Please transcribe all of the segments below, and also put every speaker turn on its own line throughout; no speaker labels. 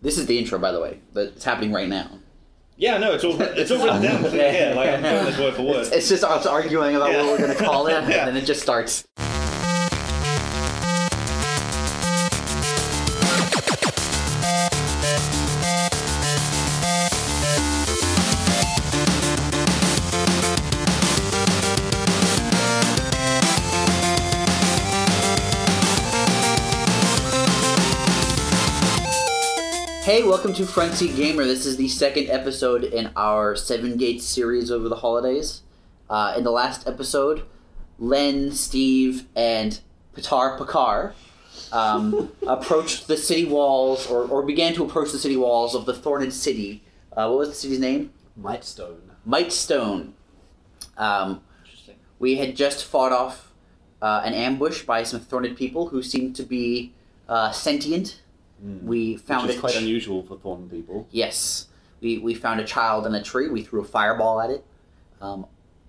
This is the intro, by the way, but it's happening right now.
Yeah, no, it's all it's all written down. Yeah, like I'm doing this word for word.
It's just us arguing about
Yeah.
what we're going to call it,
Yeah.
and then it just starts. Hey, welcome to Front Seat Gamer. This is the second episode in our Seven Gates series over the holidays. Uh, in the last episode, Len, Steve, and Pitar Pakar um, approached the city walls, or, or began to approach the city walls of the Thorned City. Uh, what was the city's name?
Mightstone.
Mightstone. Um, we had just fought off uh, an ambush by some Thorned people who seemed to be uh, sentient. We found
Hmm.
a
Which is quite
ch-
unusual for Thorn people.
Yes. We, we found a child in a tree. We threw a fireball at it. Um,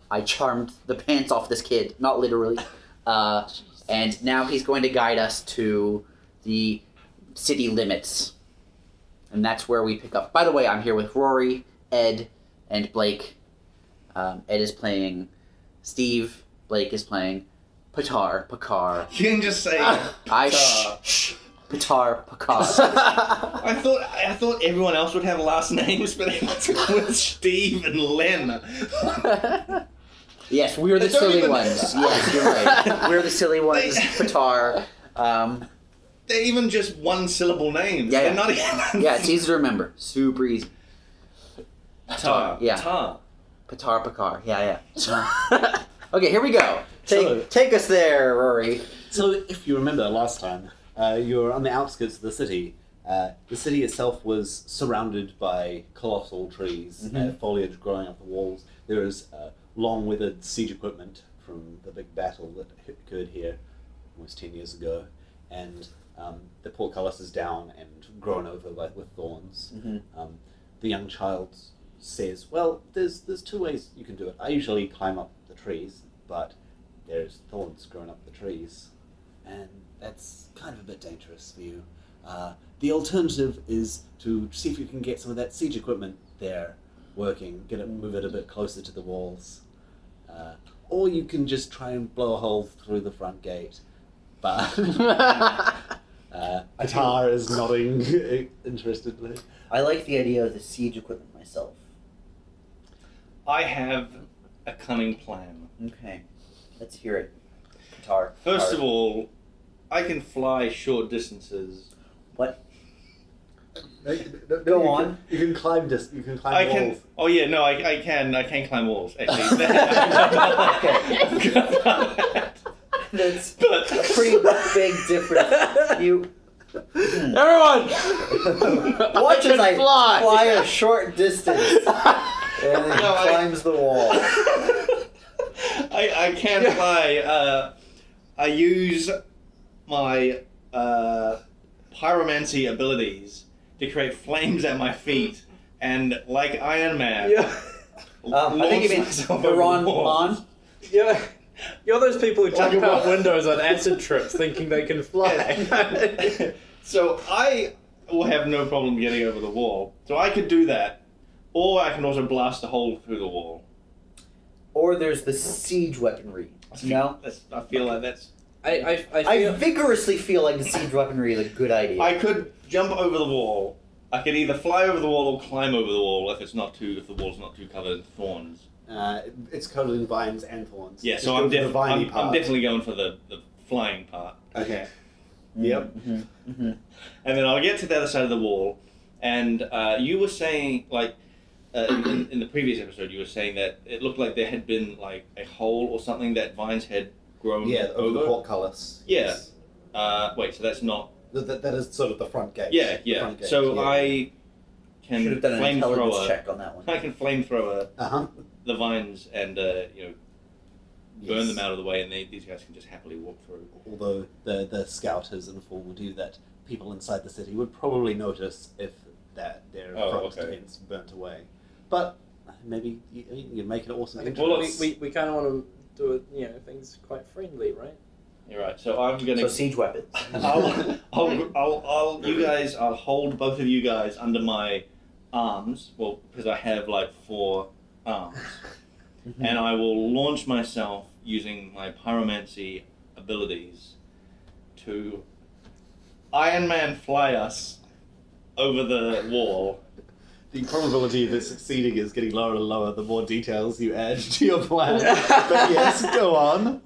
I charmed the pants off this kid, not literally. Uh, and now he's going to guide us to the city limits. And that's where we pick up. By the way, I'm here with Rory, Ed, and Blake. Um, Ed is playing Steve. Blake is playing Patar, Pakar.
You can just say.
Ah, I shh,
Patar.
shh, Patar, Pakar.
I thought I thought everyone else would have last names, but it was with Steve and Len.
Yes, we are the
They don't
silly
even-
ones. Yes, you're right. We're the silly ones. Qatar. Um,
They're even just one syllable names.
Yeah,
They're
yeah.
not even.
yeah, it's easy to remember. Super easy.
Tar.
Yeah.
Tar.
Qatar, Pakar. Yeah, yeah. okay, here we go. Take,
So-
take us there, Rory.
So, if you remember last time, uh, you were on the outskirts of the city. Uh, the city itself was surrounded by colossal trees, uh, foliage growing up the walls. There is uh, long withered siege equipment from the big battle that h- occurred here almost 10 years ago. And um, the portcullis is down and grown over by, with thorns. Um, the young child says, "Well, there's there's two ways you can do it. I usually climb up the trees, but there's thorns growing up the trees, and that's kind of a bit dangerous for you. Uh, the alternative is to see if you can get some of that siege equipment there working, get it move it a bit closer to the walls, uh, or you can just try and blow a hole through the front gate, but." Uh, Atar is nodding interestedly.
I like the idea of the siege equipment myself.
I have a cunning plan.
Okay, let's hear it. Qatar.
First of all, I can fly short distances.
No, you- no, no,
Go
you
on.
Can, you can climb this. You can climb
I
walls.
can. Oh yeah, no, I, I can. I can climb walls. Actually,
That's
But
a pretty big difference. You
Everyone,
watch as I
fly.
fly a short distance and then
No, I-
climbs the wall.
I, I can fly. Uh, I use my uh, pyromancy abilities to create flames at my feet, and like Iron Man,
Yeah.
Um, I think
launch
you mean
myself over
Iran
walls.
Mon.
you're, you're those people who
Oh,
jump
a
out
wa-
windows on acid trips thinking they can fly.
so I will have no problem getting over the wall. So I could do that, or I can also blast a hole through the wall.
Or there's the siege weaponry. No?
That's, I feel like that's.
I, I, I
I
feel
vigorously feel like the siege weaponry is a good idea.
I could jump over the wall. I could either fly over the wall or climb over the wall if it's not too if the wall's not too covered in thorns.
Uh, it's covered in vines and thorns.
Yeah,
Just
so
go
I'm,
for the
def-
viney
I'm,
part.
I'm definitely going for the, the flying part.
Okay. Yep.
Mm-hmm.
And then I'll get to the other side of the wall. And uh, you were saying, like, uh, in, in the previous episode, you were saying that it looked like there had been, like, a hole or something that vines had grown
Yeah, over the
over.
portcullis.
Yeah.
Yes.
Uh, wait, so that's not.
Th- That, that is sort of the front gate.
Yeah,
The
yeah.
front gate,
so
yeah.
I can
should have done an intelligence
flamethrower.
check on that one.
I can flamethrower
Uh-huh.
the vines and, uh, you know, burn
Yes.
them out of the way, and they, these guys can just happily walk through.
Although the, the scout has informed you that people inside the city would probably notice if that their
Oh,
front
okay.
defense burnt away. But maybe you, you can make it awesome.
well, we,
entrance.
we, we kind of want to do it, you know, things quite friendly, right?
You're right. So I'm gonna.
So siege weapons. Um,
I'll, I'll, I'll, I'll, you guys, I'll hold both of you guys under my arms. Well, because I have like four arms, and I will launch myself using my pyromancy abilities to Iron Man fly us over the wall.
The probability of it succeeding is getting lower and lower the more details you add to your plan. but yes, go on.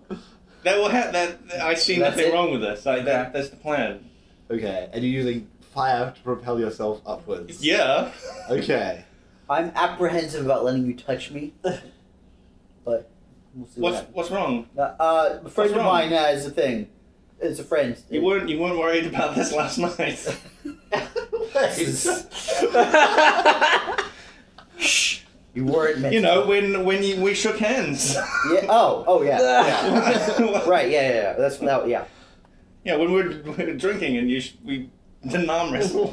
That will ha- that I see
That's
nothing
it?
wrong with this. Like that, that's the plan.
Okay, and you're using fire to propel yourself upwards.
Yeah.
Okay.
I'm apprehensive about letting you touch me, but we'll see what
What's what's wrong?
happens. Uh, Uh, a friend
what's
of
wrong?
mine has a thing. It's a friend.
You weren't you weren't worried about this last night. Shh.
you weren't meant
You know
to.
when when you, we shook hands.
Yeah. Oh. Oh yeah.
yeah.
right. Yeah. Yeah. yeah. That's that. Yeah.
Yeah, when we were, we were drinking and you sh- we didn't arm wrestle.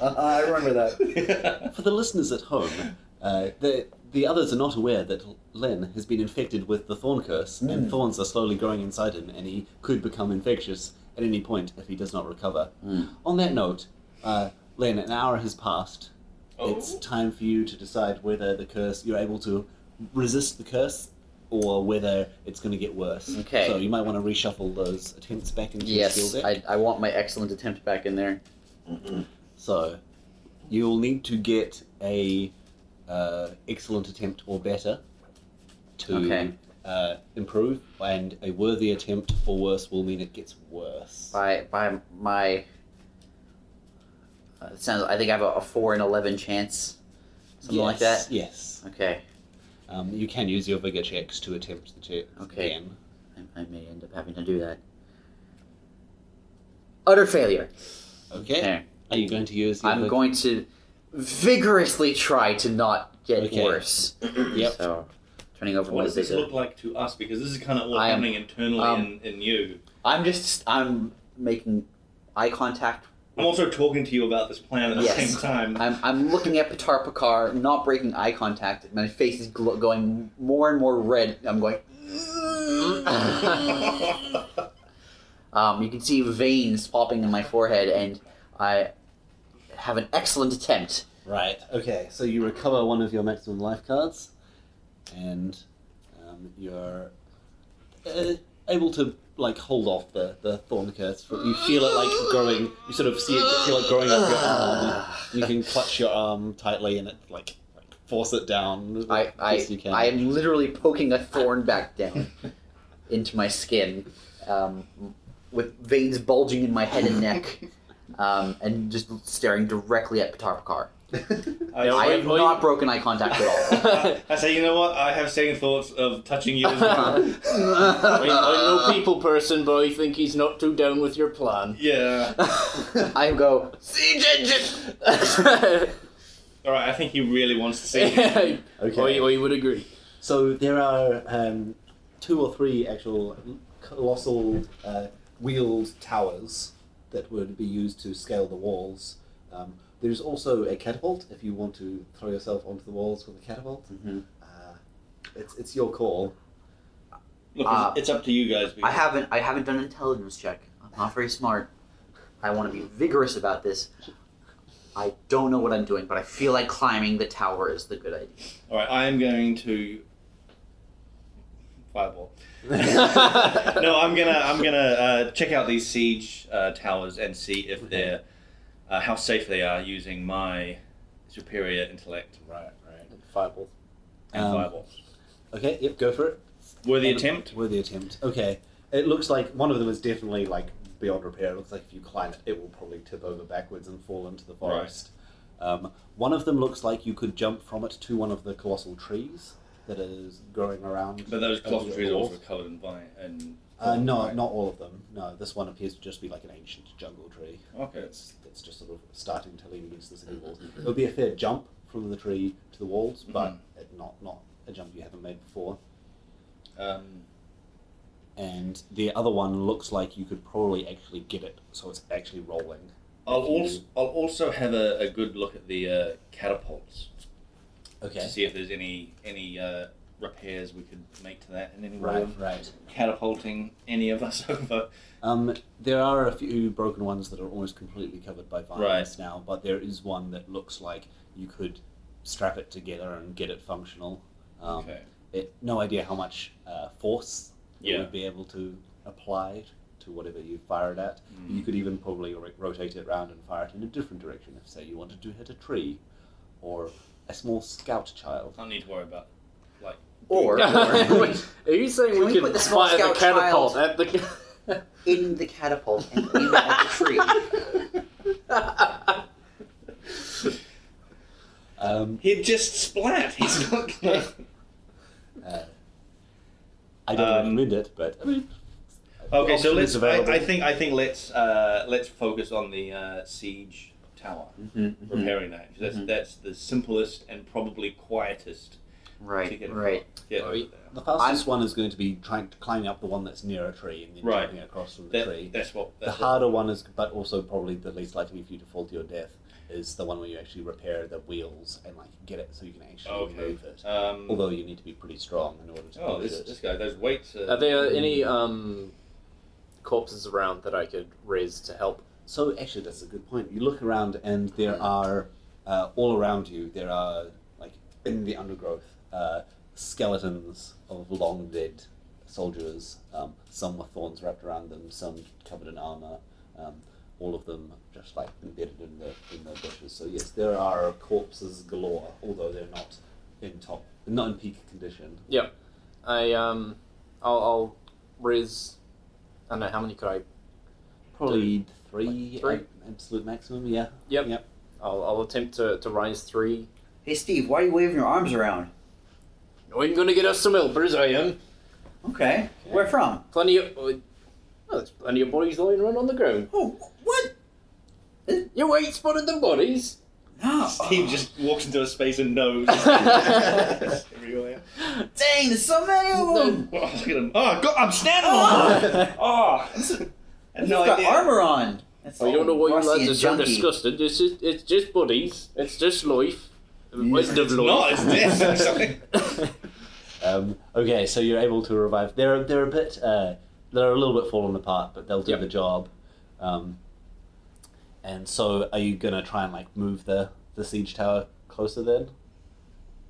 Uh, I remember that.
For the listeners at home, uh, the the others are not aware that Len has been infected with the thorn curse,
Hmm.
and thorns are slowly growing inside him, and he could become infectious at any point if he does not recover.
Hmm.
On that note, uh, Len, an hour has passed. It's
Oh.
time for you to decide whether the curse you're able to resist the curse. Or whether it's going to get worse.
Okay.
So you might want to reshuffle those attempts back into your
Yes.
skill deck.
I, I want my excellent attempt back in there.
So, you'll need to get a uh, excellent attempt or better to
Okay.
uh, improve, and a worthy attempt or worse will mean it gets worse.
by by my uh, it sounds I think I have a, a four and eleven chance, something like
Yes,
that.
Yes.
Okay,
Um, you can use your vigor checks to attempt the check.
Okay.
Again.
I, I may end up having to do that. Utter failure.
Okay.
There.
Are you going to use? Your
I'm
vig-
going to vigorously try to not get
Okay.
worse.
Yep.
So, turning over
what
my
does this
vigor.
look like to us? Because this is kind of all
I am-
happening internally
um,
in, in you.
I'm just I'm making eye contact.
I'm also talking to you about this plan at the
Yes.
same time.
I'm, I'm looking at Pitar Pakar, not breaking eye contact. My face is gl- going more and more red. I'm going. Um, you can see veins popping in my forehead, and I have an excellent attempt.
Right. Okay. So you recover one of your maximum life cards, and um, you're uh, able to like hold off the, the thorn curse. For, you feel it like growing. You sort of see it feel it growing up your arm. You can clutch your arm tightly and it like, like force it down.
I,
Yes, you
I,
can.
I am literally poking a thorn back down into my skin, um, with veins bulging in my head and neck, um, and just staring directly at Patarpakar.
I,
I
say-
have not broken eye contact at
I say, you know what? I have second thoughts of touching you as well.
I, I know
all.
people person, but I think he's not too down with your plan.
yeah.
I go siege engine.
All right. I think he really wants to see. you.
okay.
Okay.
I, I would agree.
So there are um, two or three actual colossal uh, wheeled towers that would be used to scale the walls. Um, there's also a catapult if you want to throw yourself onto the walls with a catapult.
Mhm.
Uh, it's, it's your call.
Look,
Uh,
it's, it's up to you guys. because-
I haven't. I haven't done an intelligence check. I'm not very smart. I want to be vigorous about this. I don't know what I'm doing, but I feel like climbing the tower is the good idea.
All right. I am going to fireball. no, I'm gonna I'm gonna uh, check out these siege uh, towers and see if they're uh, how safe they are using my superior intellect
Right, right.
Fireball.
and
Um,
fireballs.
Okay, yep, go for it.
Worthy attempt.
Worthy attempt. Okay. It looks like one of them is definitely like beyond repair. It looks like if you climb it, it will probably tip over backwards and fall into the forest. Um, one of them looks like you could jump from it to one of the colossal trees that is growing around.
But those colossal
over
trees are
the
also
walls.
covered in vine and
Uh, no,
Right.
not all of them. No, this one appears to just be like an ancient jungle tree.
Okay.
It's, it's just sort of starting to lean against the city walls. It would be a fair jump from the tree to the walls, but
Mm-hmm.
it not not a jump you haven't made before.
Um,
and the other one looks like you could probably actually get it, so it's actually rolling.
I'll
If you-
also I'll also have a, a good look at the uh, catapults to see if there's any any uh, repairs we could make to that in any
Right,
way,
right.
catapulting any of us over.
Um, there are a few broken ones that are almost completely covered by vines
Right.
now, but there is one that looks like you could strap it together and get it functional. Um,
okay.
it, no idea how much uh, force you
Yeah.
would be able to apply to whatever you fire it at.
Hmm.
You could even probably ro- rotate it around and fire it in a different direction if, say, you wanted to hit a tree or a small scout child.
I don't need to worry about like
Or, or
Wait, are you saying
Can
we,
we
could
put the small
fire the
scout
catapult
child-
at the?
in the catapult and aim it at the tree.
Um,
he'd just splat. He's not. Gonna...
uh, I don't
Um,
recommend it, but I mean,
okay, so
option
let's.
is
I,
available.
I think I think let's uh, let's focus on the uh, siege tower
Mm-hmm.
repairing that 'cause that's
Mhm.
that's the simplest and probably quietest. to
Right,
get
right.
Yeah.
Right.
The fastest one is going to be trying to climb up the one that's near a tree and then
Right.
jumping across from the
That,
tree.
that's what.
the
That's
harder one is, but also probably the least likely for you to fall to your death, is the one where you actually repair the wheels and like get it so you can actually
Okay.
move it.
what, um,
Although you need to be pretty strong in order to
oh,
move
this,
it.
this guy. Those weights. uh, Are,
Are there any um, corpses around that I could raise to help?
So actually, that's a good point. You look around, and there are uh, all around you. There are like in the undergrowth uh, skeletons of long dead soldiers. Um, some with thorns wrapped around them, some covered in armor. Um, all of them just like embedded in the in the bushes. So yes, there are corpses galore. Although they're not in top, not in peak condition.
I um, I'll, I'll raise. I don't know how many could I.
Probably three,
three?
ab- absolute maximum. Yeah.
Yep.
Yep.
I'll, I'll attempt to, to raise three.
Hey, Steve, why are you waving your arms around?
No, I'm Oh, gonna get us some helpers. I am.
Okay, where from?
Plenty of. oh, there's plenty of bodies lying around on the ground.
Oh, what?
You ain't spotted the bodies.
No.
Steve just walks into a space and knows. everywhere.
Dang, there's so many of them!
Well, look at him. Oh, God, I'm standing on him. Oh, I had
He's
no
got
idea.
armor on! That's
I don't know
Oh,
why Oh, you
rusty
lads
and
are so
junky.
disgusted. It's just, it's just bodies. It's just life. Waste of
It's not. It's
life.
this. or something.
Um, okay, so you're able to revive. They're they're a bit uh, they're a little bit fallen apart, but they'll do
Yep.
the job. Um, and so, are you gonna try and like move the the siege tower closer then?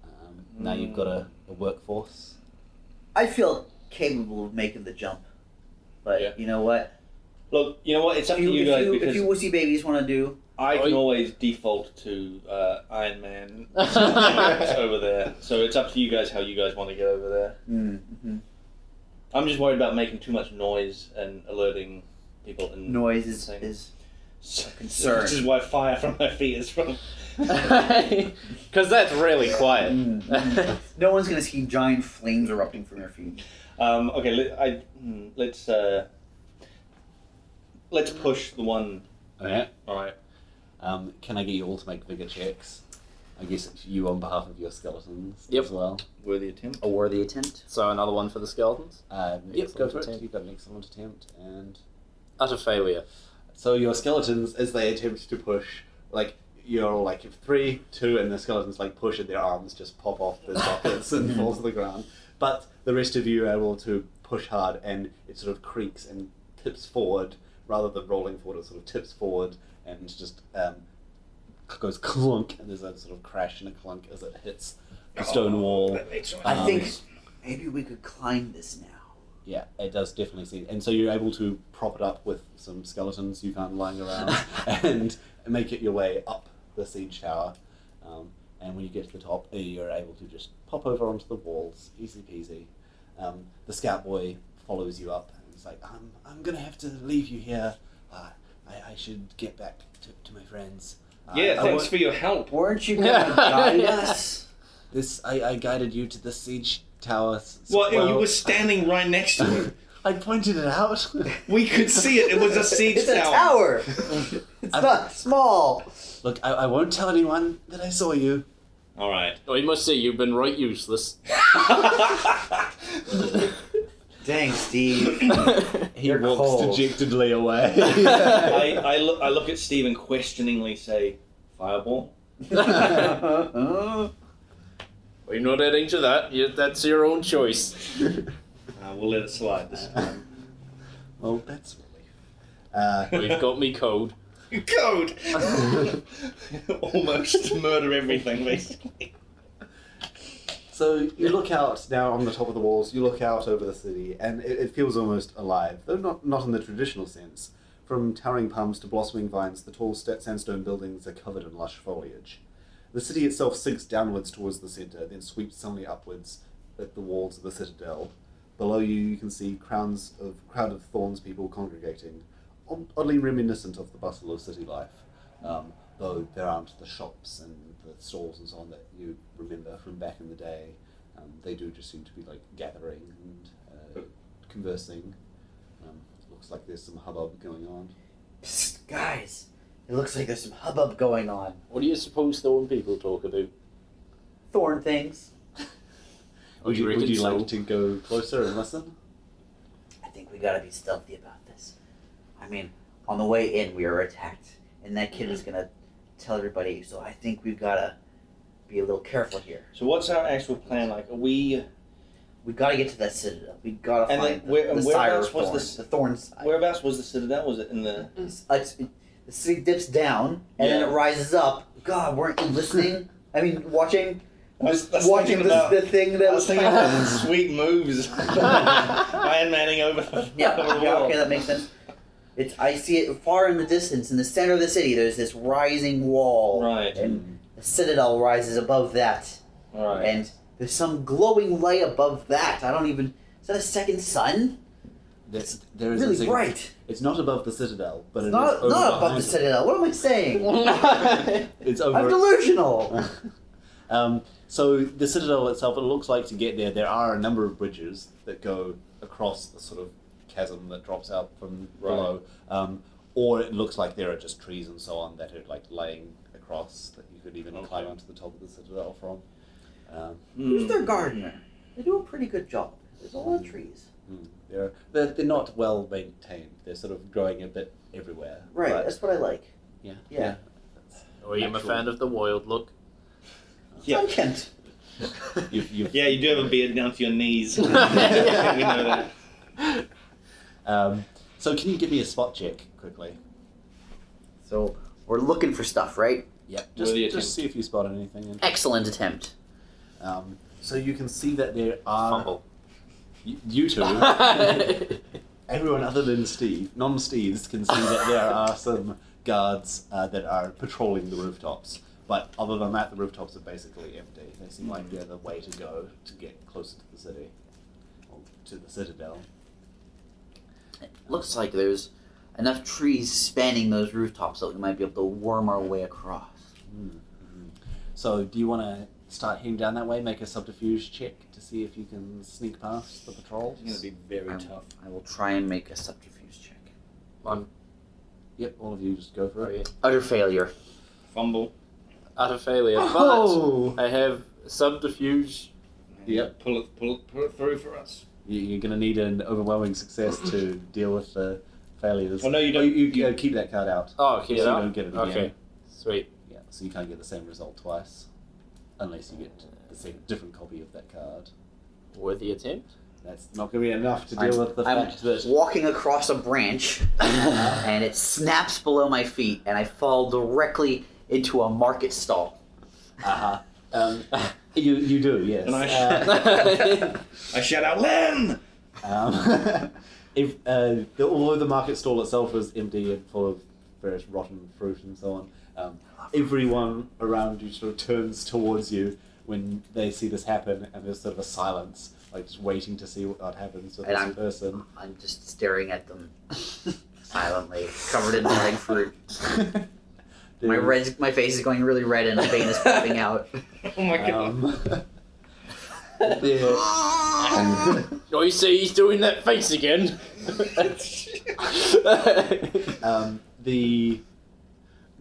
Um, Now you've got a, a workforce.
I feel capable of making the jump. But
Yeah.
you know what?
Look, you know what? It's up
If
to
you,
you,
if
guys
you,
because
if you wussy babies want to do,
I
Oh,
can
you-
always default to uh, Iron Man over there. So it's up to you guys how you guys want to get over there.
mm-hmm.
I'm just worried about making too much noise and alerting people. And
noise is,
Same.
is concern.
This is why fire from my feet is from.
Because that's really quiet.
Mm. no one's gonna see giant flames erupting from your feet.
Um, okay, let, I, hmm, let's uh, let's push the one.
Okay.
All right.
Um, can I get you all to make vigor checks? I guess it's you on behalf of your skeletons
Yep.
as well.
Worthy attempt.
A worthy attempt.
so another one for the skeletons.
Um, yep, go
Excellent
for it.
attempt.
You've got an excellent attempt, and
Utter failure.
So your skeletons, as they attempt to push, like you're all like three, two, and the skeletons like push, and their arms just pop off the sockets and fall to the ground. But the rest of you are able to push hard, and it sort of creaks and tips forward rather than rolling forward. It sort of tips forward and just um, goes clunk, and there's a sort of crash and a clunk as it hits the stone wall.
I think
Um,
maybe we could climb this now.
Yeah, it does definitely seem. And so you're able to prop it up with some skeletons you found lying around and make it your way up the siege tower. Um, and when you get to the top, uh, you're able to just pop over onto the walls, easy peasy. Um, the scout boy follows you up and he's like, I'm, I'm going to have to leave you here. Uh, I, I should get back to, to my friends. Uh,
Yeah,
I
thanks
want-
for your help.
Weren't you gonna guide us?
This, I, I guided you to the siege tower. s- s-
Well, you
well,
were standing right next to it.
I pointed it out.
We could see it. It was a siege
It's a tower. it's
I'm-
not small.
Look, I, I won't tell anyone that I saw you.
All right.
Oh, you must say you've been right useless.
Dang, Steve.
He
You're
walks
cold.
dejectedly away.
I, I, look, I look at Steve and questioningly say, Fireball?
All
We're not adding to that. You, that's your own choice.
Uh, we'll let it slide this
Uh,
time.
well, that's
Uh,
a relief.
We've got me cold.
Code! Almost murder everything, basically.
So you look out now on the top of the walls. You look out over the city, and it, it feels almost alive, though not not in the traditional sense. From towering palms to blossoming vines, the tall sta- sandstone buildings are covered in lush foliage. The city itself sinks downwards towards the center, then sweeps suddenly upwards at the walls of the citadel. Below you, you can see crowds of crowd of thorns people congregating, odd- oddly reminiscent of the bustle of city life, um, though there aren't the shops and the stalls and so on that you remember from back in the day. Um, they do just seem to be like gathering and uh, conversing. Um, looks like there's some hubbub going on.
Psst, guys, it looks like there's some hubbub going on.
What do you suppose thorn people talk about?
Thorn things.
Would
you
you, would
reckon
you
so?
like to go closer and listen?
I think we gotta be stealthy about this. I mean, on the way in, we were attacked, and that kid was gonna tell everybody, so I think we've gotta be a little careful here.
So, what's our actual plan like? Are we.
We gotta get to that citadel. We gotta
And
find
then
the,
where-
the
and
sire
whereabouts
of
was
thorn,
this-
the thorn side.
Whereabouts was the Citadel? Was it in the.
It's- it's- the city dips down, and then it rises up. God, weren't you listening? I mean, watching,
I was- I was
watching
thinking
this,
about-
the thing that
I was
was
thinking about
happening.
the sweet moves. Iron Manning over the
Yeah,
over the
yeah,
wall.
okay, that makes sense. It's I see it far in the distance, in the center of the city. There's this rising wall,
Right.
and the citadel rises above that,
All right.
and there's some glowing light above that. I don't even. Is that a second sun?
There's, there is a
Really
sig-
bright.
It's not above the citadel, but
It's
it's
not
over
not above the
behind it.
citadel. What am I saying?
It's
I'm
over.
delusional.
um, so the citadel itself, it looks like to get there, there are a number of bridges that go across the sort of chasm that drops out from
Right.
below, um, or it looks like there are just trees and so on that are like laying across that you could even
Okay.
climb onto the top of the citadel from. Um,
Hmm.
Who's their gardener? They do a pretty good job. There's a lot of trees.
they're, they're they're not well maintained. They're sort of growing a bit everywhere.
Right.
but-
That's what I like.
yeah.
Yeah.
Or I'm Oh, a
Actual-
fan of the wild look.
Yeah.
I'm Kent.
You've, you've,
Yeah, you do have a beard down to your knees. we know that.
Um, so can you give me a spot check quickly?
So we're looking for stuff, right?
Yeah,
Just-
just,
Will you attempt?
just see if you spot anything.
Excellent attempt.
Um, so you can see that there are
Fumble.
You, you two, everyone other than Steve, non-Steves, can see that there are some guards uh, that are patrolling the rooftops. But other than that, the rooftops are basically empty. They seem like they're the way to go to get closer to the city, or to the citadel.
It looks like there's enough trees spanning those rooftops that we might be able to worm our way across.
So, do you want to start heading down that way? Make a subterfuge check to see if you can sneak past the patrols.
It's going to be very
I'm-
tough.
I will try and make a subterfuge check.
I'm
Yep, all of you just go for it.
Utter failure.
Fumble.
out of failure,
Oh!
but I have subterfuge.
Yep.
Pull it, pull it, pull it through for us.
You- You're going to need an overwhelming success to deal with the failures.
Oh, no, you don't-
you, you,
you-
uh, keep that card out.
Oh, okay,
so
that-
you don't get it again.
okay, sweet.
Yeah, so you can't get the same result twice, unless you get the same different copy of that card.
Worthy attempt.
That's not going to be enough to deal
I'm-
with the
I'm
fact that.
walking across a branch, and it snaps below my feet, and I fall directly into a market stall.
Uh-huh. Um, you you do yes.
And I
Uh,
I shout out, Len!
Um, if uh, the, although the market stall itself was empty and full of various rotten fruit and so on, um, everyone around you sort of turns towards you when they see this happen, and there's sort of a silence, like just waiting to see what, happens with
And
this
I'm-
person.
I'm just staring at them silently, covered in dried fruit. My
Dude,
red, my face is going really red, and a vein is popping out.
Oh my god.
um, yeah.
Oh, you see, he's doing that face again.
um, the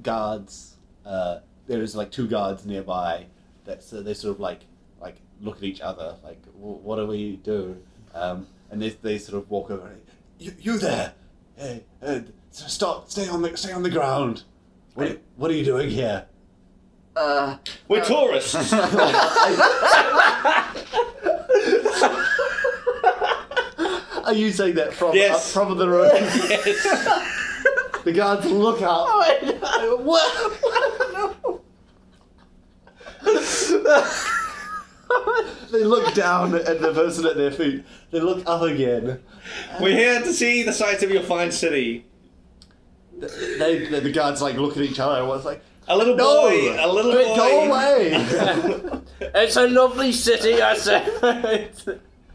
guards uh, there's like two guards nearby that so they sort of like like look at each other like "Wh- what do we do um, and they, they sort of walk over and you, you there hey uh, s- stop stay on the stay on the ground what are, what are you doing here
Uh,
We're
Uh,
tourists.
Are you saying that
uh,
from
Yes.
up from the road?
yes.
the guards look up.
oh, what?
They look down at the person at their feet. They look up again.
We're here to see the sights of your fine city.
They, the guards like look at each other. and One's like,
A little
No!
boy. A little
Go-
boy.
go
It's a lovely city, I say.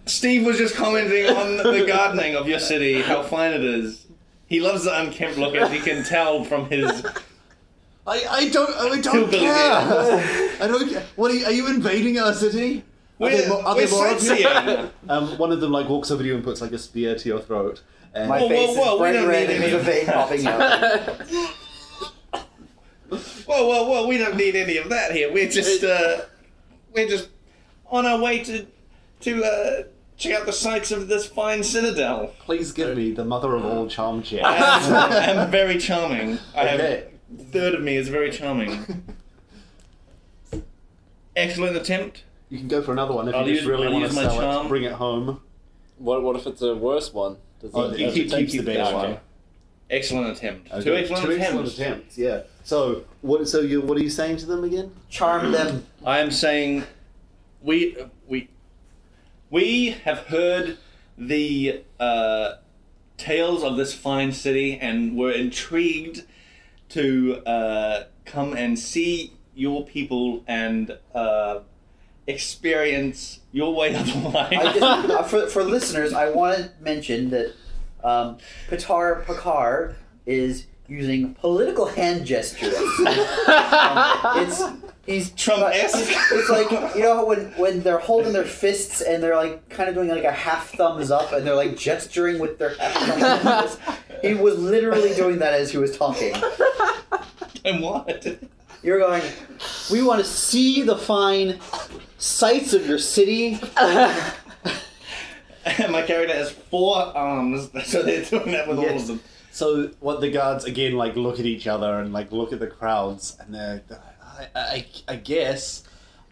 Steve was just commenting on the gardening of your city, how fine it is. He loves the unkempt look, as you can tell from his.
I, I don't I
Two
don't
billion.
care. I don't care. What are you, are you invading our city? Are
We're,
there more- are
we're
there more of you?
sightseeing.
Um, one of them like walks over to you and puts like a spear to your throat. And
My
Whoa, whoa,
face
whoa,
is
we
bright
don't
red
need
and there's
any
a
of
vein
that.
popping out.
Whoa, whoa, whoa! We don't need any of that here. We're just, uh, we're just on our way to to uh, check out the sights of this fine citadel.
please give me the mother of all charm check.
I'm, I'm very charming. I have
Okay.
a third of me is very charming. Excellent attempt.
You can go for another one if
I'll
you just
use-
really
I'll
want to
use my
sell it.
charm.
Bring it home.
what, what if it's a worse one? Does
Oh,
it-
you
does
keep-
it
keep
take-
the base
Okay.
one.
Excellent attempt.
Okay.
Two excellent
Two
attempts.
excellent attempts. Yeah. So what? So you what are you saying to them again?
Charm them.
I am saying, we we we have heard the uh, tales of this fine city and were intrigued to uh, come and see your people and uh, experience your way of life.
I just, uh, for, for listeners, I want to mention that um, Pitar Pakar is using political hand gestures. It's he's
Trump-esque.
It's, it's like you know how when when they're holding their fists and they're like kind of doing like a half thumbs up and they're like gesturing with their half thumbs. up. He was literally doing that as he was talking.
and what?
You're going. We want to see the fine sights of your city.
My character has four arms, so they're doing that with all
Yes.
of them.
So what the guards again like look at each other and like look at the crowds and they're, they're like, I, I, I guess.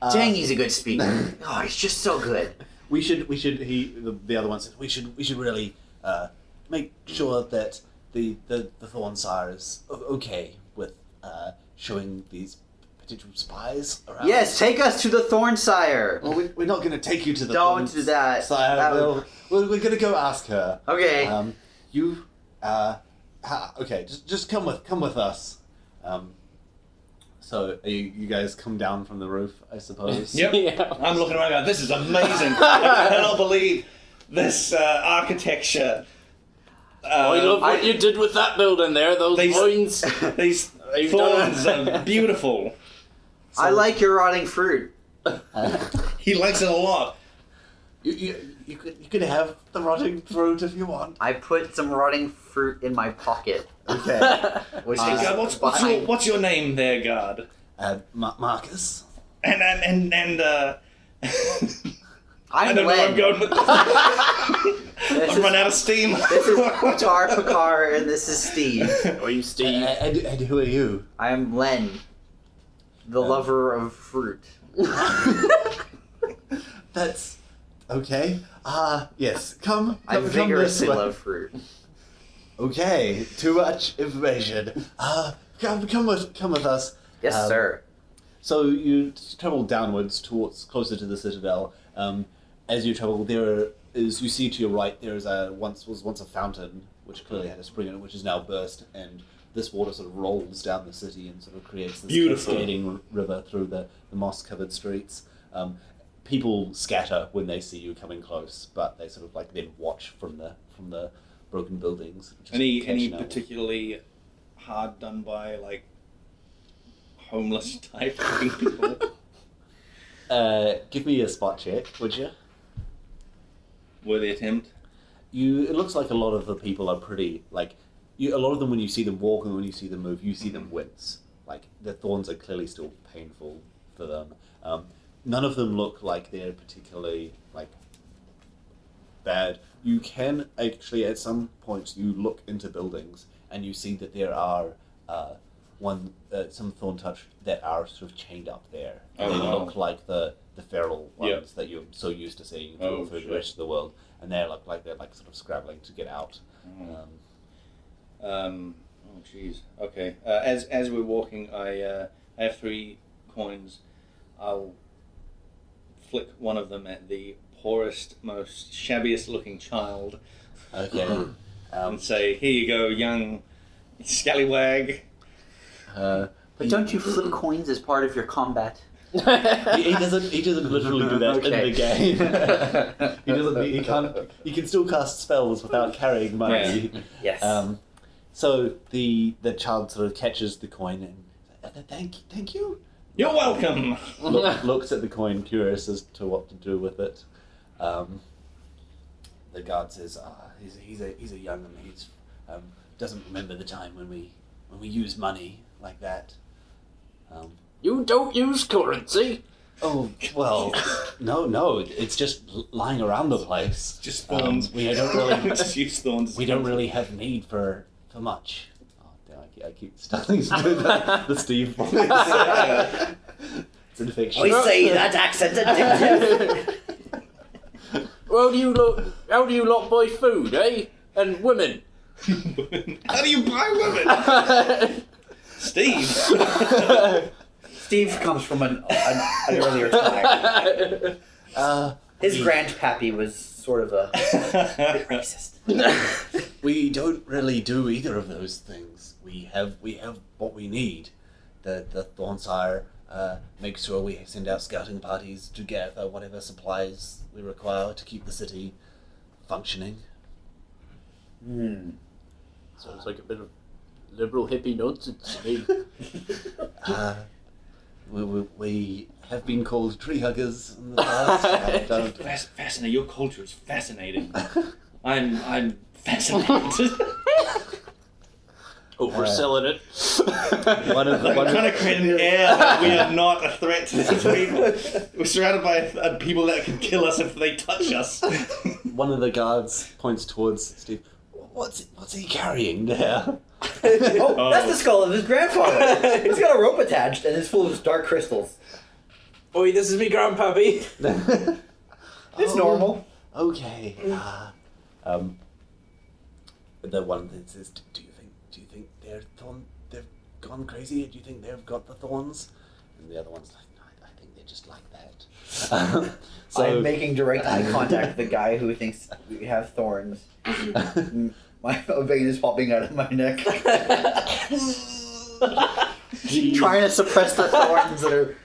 uh,
Dang, he's a good speaker. Oh, he's just so good.
we should we should he the, the other one said we should we should really uh, make sure that the the, the thorn sire is o- okay with uh, showing these potential spies around.
Yes, take us to the Thorn Sire.
Well, we, we're not going to take you to the
Don't
Thorn
do that.
Sire.
That
we'll,
would-
we'll- we're going to go ask her.
Okay.
Um, you, uh, ha, okay, just just come with come with us. Um, so you, you guys come down from the roof, I suppose.
Yep.
Yeah.
I'm looking around going, this is amazing. I cannot believe this uh, architecture. Uh,
I love what
I-
Oh, you did with that building there, those
They-
vines.
These
You've done
thorns
it.
are beautiful.
I like your rotting fruit.
He likes it a lot.
Uh, You, you, you could you could have the rotting throat if you want.
I put some rotting fruit in my pocket,
Okay.
which
Uh,
Hey,
is
God, what's, what's, your,
behind.
what's your name there, guard?
uh, Ma- Marcus.
And, and, and, and uh,
I'm
I don't know where
Len.
I'm going with this.
This
I've
is-
run out of steam.
This is Tar Pakar and this is Steve.
Are Oh, you Steve?
And, and Uh, who are you?
I'm Len, the
Um,
lover of fruit.
That's okay. Uh yes. Come.
I
come, come this
vigorously
way.
love fruit.
Okay. Too much information. Uh, come come with come with us.
Yes,
Um,
sir.
So you travel downwards towards closer to the citadel. Um, as you travel, there is you see to your right there is a once was once a fountain which clearly had a spring in it, which is now burst, and this water sort of rolls down the city and sort of creates this
Beautiful.
cascading r- river through the, the moss covered streets. Um, people scatter when they see you coming close, but they sort of like then watch from the from the broken buildings. just
any any
catching up.
particularly hard done by, like, homeless type people?
Uh, give me a spot check, would you?
Worthy attempt.
you it looks like a lot of the people are pretty like you a lot of them when you see them walk and when you see them move you see them wince like the thorns are clearly still painful for them um, none of them look like they're particularly like bad you can actually at some points you look into buildings and you see that there are uh, one uh, some thorn touch that are sort of chained up there.
Oh,
they
wow.
look like the the feral ones
Yeah.
that you're so used to seeing
Oh,
through
shit.
the rest of the world, and they look like they're like sort of scrabbling to get out.
Hmm.
Um,
Um, oh, jeez. Okay. Uh, as as we're walking, I uh, I have three coins. I'll flick one of them at the poorest, most shabbiest looking child
okay. Um,
and say, "Here you go, young scallywag."
uh,
But don't you flip coins as part of your combat?
he, he doesn't. He doesn't literally do that
Okay.
in the game. he doesn't. He can't. He can still cast spells without carrying money.
Yes.
Um, so the the child sort of catches the coin and "Uh, thank thank you.
You're welcome.
Look, looks at the coin, curious as to what to do with it. Um, the guard says, "Ah, he's, he's a he's a young and he's um, doesn't remember the time when we when we use money like that." Um,
you don't use currency.
oh well, no, no, it's just l- lying around the place.
Just
Um,
thorns.
we don't really-
just use thorns.
We don't really have need for for much. Oh, damn, I keep, I keep stumbling into that. The Steve voice. it's an infection.
We say
accent
How do you lot? How do you lot buy food, eh? And women.
How do you buy women, Steve?
Steve comes from an, an, an earlier time.
Uh,
His grandpappy was sort of a racist.
we don't really do either of those things. We have we have what we need. The the Thornsire uh, make sure we send our scouting parties to gather whatever supplies we require to keep the city functioning.
Hmm.
Sounds like a bit of liberal hippie nonsense to me.
Uh, we, we, we have been called tree huggers in the past. I don't.
Fasc- fascinating. Your culture is fascinating. I'm I'm fascinated.
Oh, we're
Uh,
selling it.
One of the-
I'm
one
trying to create an air that we are not a threat to these people. We're surrounded by uh, people that could kill us if they touch us.
One of the guards points towards Steve. What's what's he carrying there?
Oh,
Oh.
that's the skull of his grandfather. He's got a rope attached and it's full of dark crystals.
Oi, this is me grandpappy.
It's
Oh.
normal.
Okay. Uh, um, the one that says, "Do- "Do you think? Do you think they're thorn? They've gone crazy? Do you think they've got the thorns?" And the other one's like, "No, I- I think they're just like that." Um, so
I'm making direct eye contact with the guy who thinks we have thorns. My a vein is popping out of my neck. Trying to suppress the thorns that are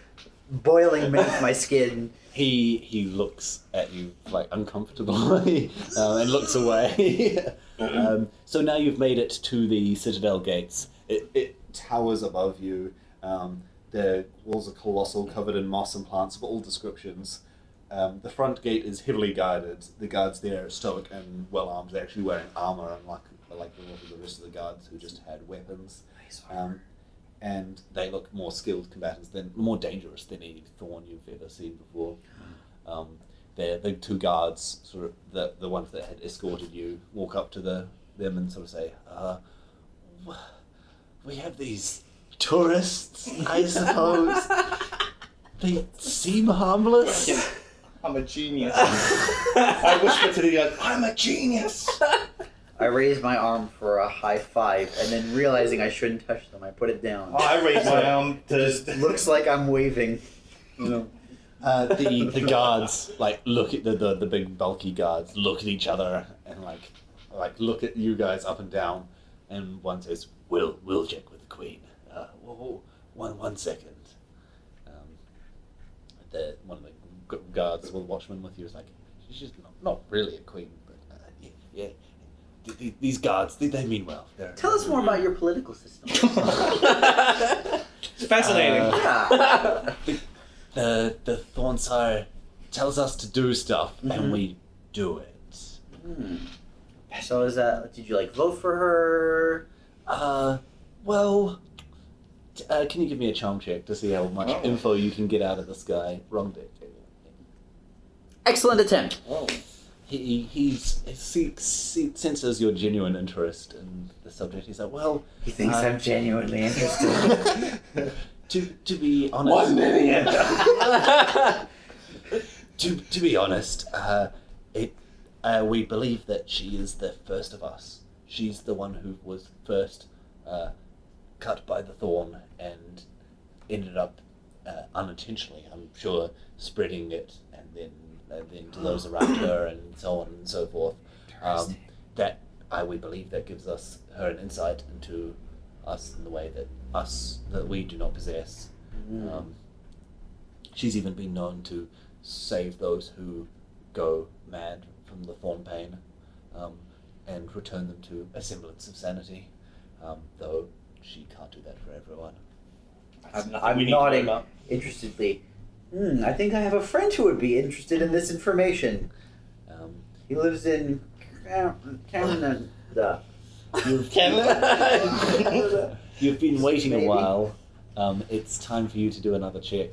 boiling beneath my skin.
he he looks at you like uncomfortably uh, and looks away. um, so now you've made it to the citadel gates. It, it towers above you. Um, the walls are colossal, covered in moss and plants of all descriptions. Um, the front gate is heavily guarded. The guards there are stoic and well armed. They're actually wearing armor, unlike like a lot of the rest of the guards who just had weapons. Um, and they look more skilled combatants than more dangerous than any thorn you've ever seen before. Um, they're the two guards, sort of the the ones that had escorted you, walk up to the them and sort of say, uh, "W- "We have these tourists, I suppose. they seem harmless."
I'm a genius. I whisper to the guy, I'm a genius.
I raise my arm for a high five, and then realizing I shouldn't touch them, I put it down.
I raise my arm to.
Looks like I'm waving.
Uh, the the guards like look at the, the the big bulky guards look at each other and like like look at you guys up and down, and one says, "We'll we'll check with the queen." Uh, whoa, whoa, one one second. Um, the one of the gu- guards, well, watchman with you is like, "She's not not really a queen, but uh, yeah." yeah. Th- th- These guards, they, they mean well. They're,
Tell us more about your political system.
It's fascinating.
Uh,
Yeah.
the the Thornsire tells us to do stuff, and we do it.
Hmm. So is that? Did you like vote for her?
Uh, well, t- uh, can you give me a charm check to see how much
Oh.
info you can get out of this guy? Wrong dick.
Excellent attempt.
oh.
he, he, he's, he seeks- he senses your genuine interest in the subject. He's like, well,
He thinks
Uh,
I'm genuinely interested.
to to be honest,
One million.
to to be honest, uh, it uh, we believe that she is the first of us. She's the one who was first uh, cut by the thorn and ended up uh, unintentionally, I'm sure, spreading it and then and then to those around her and so on and so forth. Um, that I we believe that gives us her an insight into us in the way that us that we do not possess. Um, she's even been known to save those who go mad from the thorn pain, um, and return them to a semblance of sanity. Um, though she can't do that for everyone.
I'm, I'm nodding interestedly. Hmm, I think I have a friend who would be interested in this information.
Um,
He lives in Cam- Canada.
Canada.
You've been waiting
Maybe.
a while. Um, it's time for you to do another check.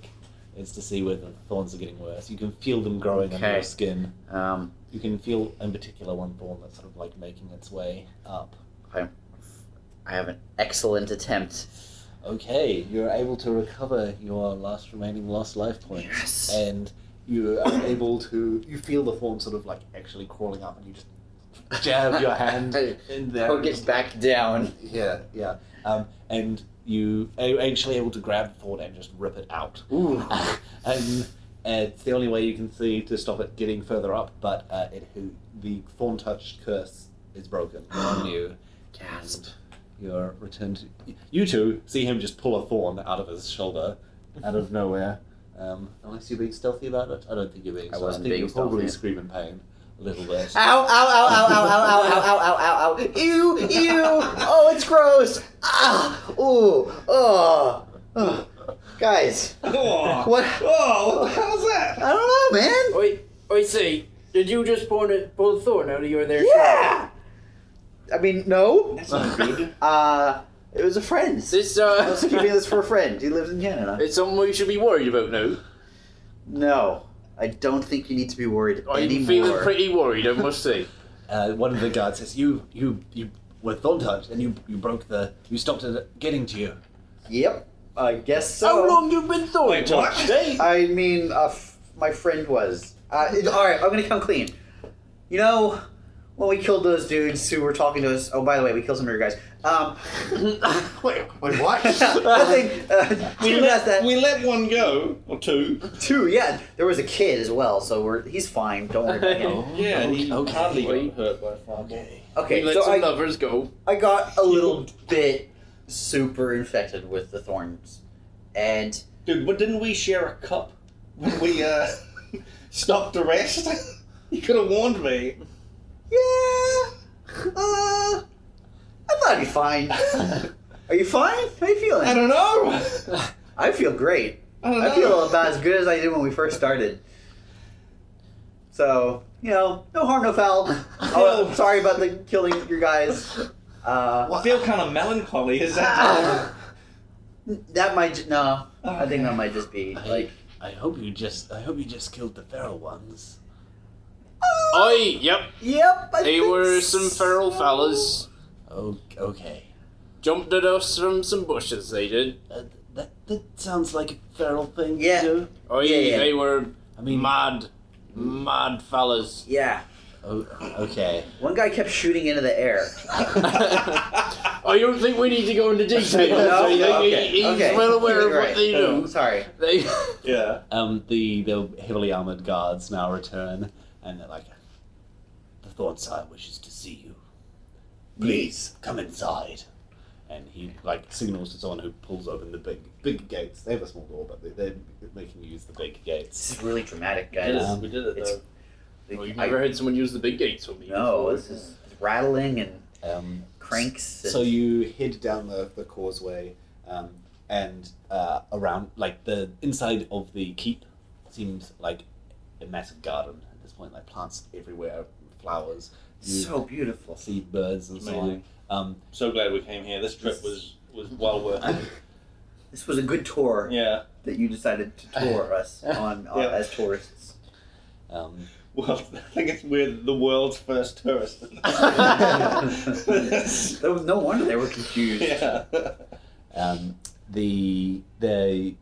It's to see whether the thorns are getting worse. You can feel them growing under
Okay.
your skin.
Um,
You can feel, in particular, one thorn that's sort of like making its way up.
I have an excellent attempt.
Okay, you're able to recover your last remaining lost life points,
Yes.
and you are able to. You feel the thorn sort of like actually crawling up, and you just jab your hand in there.
Poke it back down.
Yeah, yeah. Um, and you are actually able to grab the thorn and just rip it out.
Ooh.
and Um, uh, it's the only way you can see to stop it getting further up, but uh, it, the thorn touched curse is broken on you.
Gasp.
You're returned to. You two see him just pull a thorn out of his shoulder, out of nowhere. Um, unless you're being stealthy about it, I don't think you're being
I
stealthy.
wasn't
think
being
you're probably
stealthy.
screaming pain a little bit.
Ow, ow, ow, ow, ow, ow, ow, ow, ow, ow, ow. Ew, ew. Oh, it's gross. Ah, ooh, oh. oh. Guys,
Oh,
What?
Oh, what the hell is that?
I don't know, man.
Oi, oi, see. Did you just pull a, pull a thorn out of your there?
Yeah. I mean, no.
That's not good.
Uh, it was a friend.
This,
I was keeping
uh,
this for a friend. He lives in Canada.
it's someone we should be worried about now.
No, I don't think you need to be worried
I'm feeling
anymore.
pretty worried, I must say.
Uh, one of the guards says, "You, you, you were thorn touched, and you, you broke the, you stopped it getting to you."
yep, I guess
How
so.
long you been thorn
Wait, what?
touched, eh?
I mean, uh, f- my friend was. Uh, it- all right, I'm gonna come clean. You know, when we killed those dudes who were talking to us. Oh, by the way, we killed some of your guys. Um,
wait, wait,
nothing. Uh, we
We
didn't ask
let,
that.
we let one go, or two.
Two, yeah. There was a kid as well, so we're he's fine. Don't worry about him.
Yeah, and he
Oh, okay.
hardly got hurt by far.
Okay,
we let
so
some
I,
lovers go.
I got a little bit super infected with the thorns, and
Dude, but didn't we share a cup when we uh, stopped the rest? you could have warned me.
yeah, uh, I thought I'd be fine.
I
Are you fine? How you feeling?
don't know.
I feel great.
I don't know.
I feel about as good as I did when we first started. So, you know, no harm, no foul. Oh, I'm sorry about the killing your guys. Uh,
I feel kind of melancholy. Is that?
ah, that might ju- no. I think that might just be
I,
like.
I hope you just, I hope you just killed the feral ones.
Oi, yep,
Oh, Yep. I
they
think
were some feral
so.
fellas.
Oh, okay.
Jumped at us from some bushes, they did.
Uh, that that sounds like a feral thing
Yeah.
to do.
Oi,
Oh, Yeah, yeah.
they were
I mean,
mad, mad fellas.
Yeah.
oh, okay.
One guy kept shooting into the air.
I Oh, don't think we need to go into detail.
No?
I think
Okay,
he- he's
okay.
well aware of
You're
what
right.
they
I'm
do.
sorry.
They,
yeah.
Um, the the heavily armored guards now return, and they're like, "The Thornsire wishes to see you. Please come inside." And he like signals to someone who pulls open the big big gates. They have a small door, but they, they're making you use the big gates.
This is really dramatic,
We did
guys.
it, we did it
It's-
though.
well, you've
I-
never heard someone use the big gates for me.
no,
before.
this is rattling and
Um,
cranks. And,
So you head down the, the causeway um, and uh, around, like the inside of the keep seems like a massive garden at this point, like plants everywhere, flowers. You
so beautiful.
see birds and so on.
Amazing.
Um,
So glad we came here. This trip was was well worth it.
This was a good tour.
Yeah.
that you decided to tour us on uh,
Yeah.
as tourists.
um,
Well, I think it's we're the world's first tourist.
There was no wonder they were confused.
yeah.
Um, the the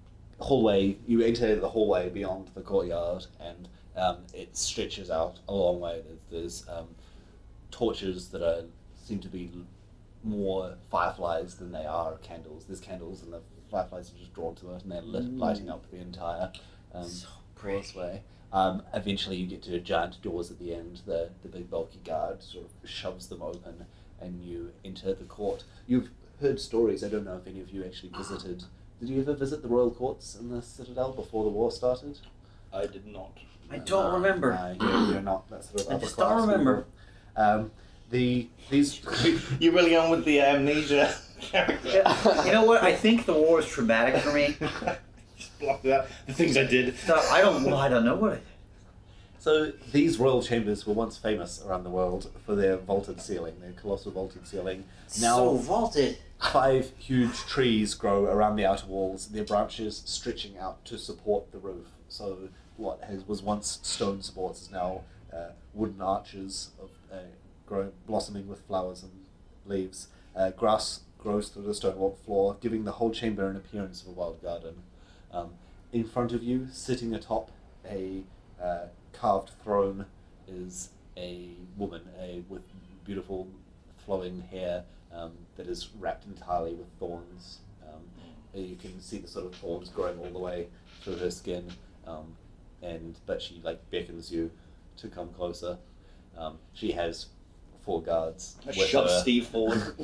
hallway you enter the hallway beyond the courtyard, and um, it stretches out a long way. There's, there's um, torches that are seem to be more fireflies than they are candles. There's candles, and the fireflies are just drawn to it, and they're lit, lighting up the entire um, causeway. Um, eventually, you get to giant doors at the end. The the big bulky guard sort of shoves them open, and you enter the court. You've heard stories. I don't know if any of you actually visited. Did you ever visit the royal courts in the citadel before the war started?
I did not.
I don't remember.
Uh, you're, you're not that sort of.
I
upper
just don't
class
remember.
people. Um, the these
You're really on with the amnesia character.
you know what? I think the war was traumatic for me.
Just blocked it out. The things I did.
So I don't. Well, I don't know what. I
So these royal chambers were once famous around the world for their vaulted ceiling, their colossal vaulted ceiling. Now
so vaulted.
five huge trees grow around the outer walls, their branches stretching out to support the roof. So what has, was once stone supports is now uh, wooden arches of uh, growing, blossoming with flowers and leaves. Uh, grass grows through the stone wall floor, giving the whole chamber an appearance of a wild garden. Um, in front of you, sitting atop a uh, carved throne, is a woman a, with beautiful flowing hair um, that is wrapped entirely with thorns. Um, and you can see the sort of thorns growing all the way through her skin, um, and but she like beckons you to come closer. Um, she has four guards. with uh,
Shove
her.
Steve forward.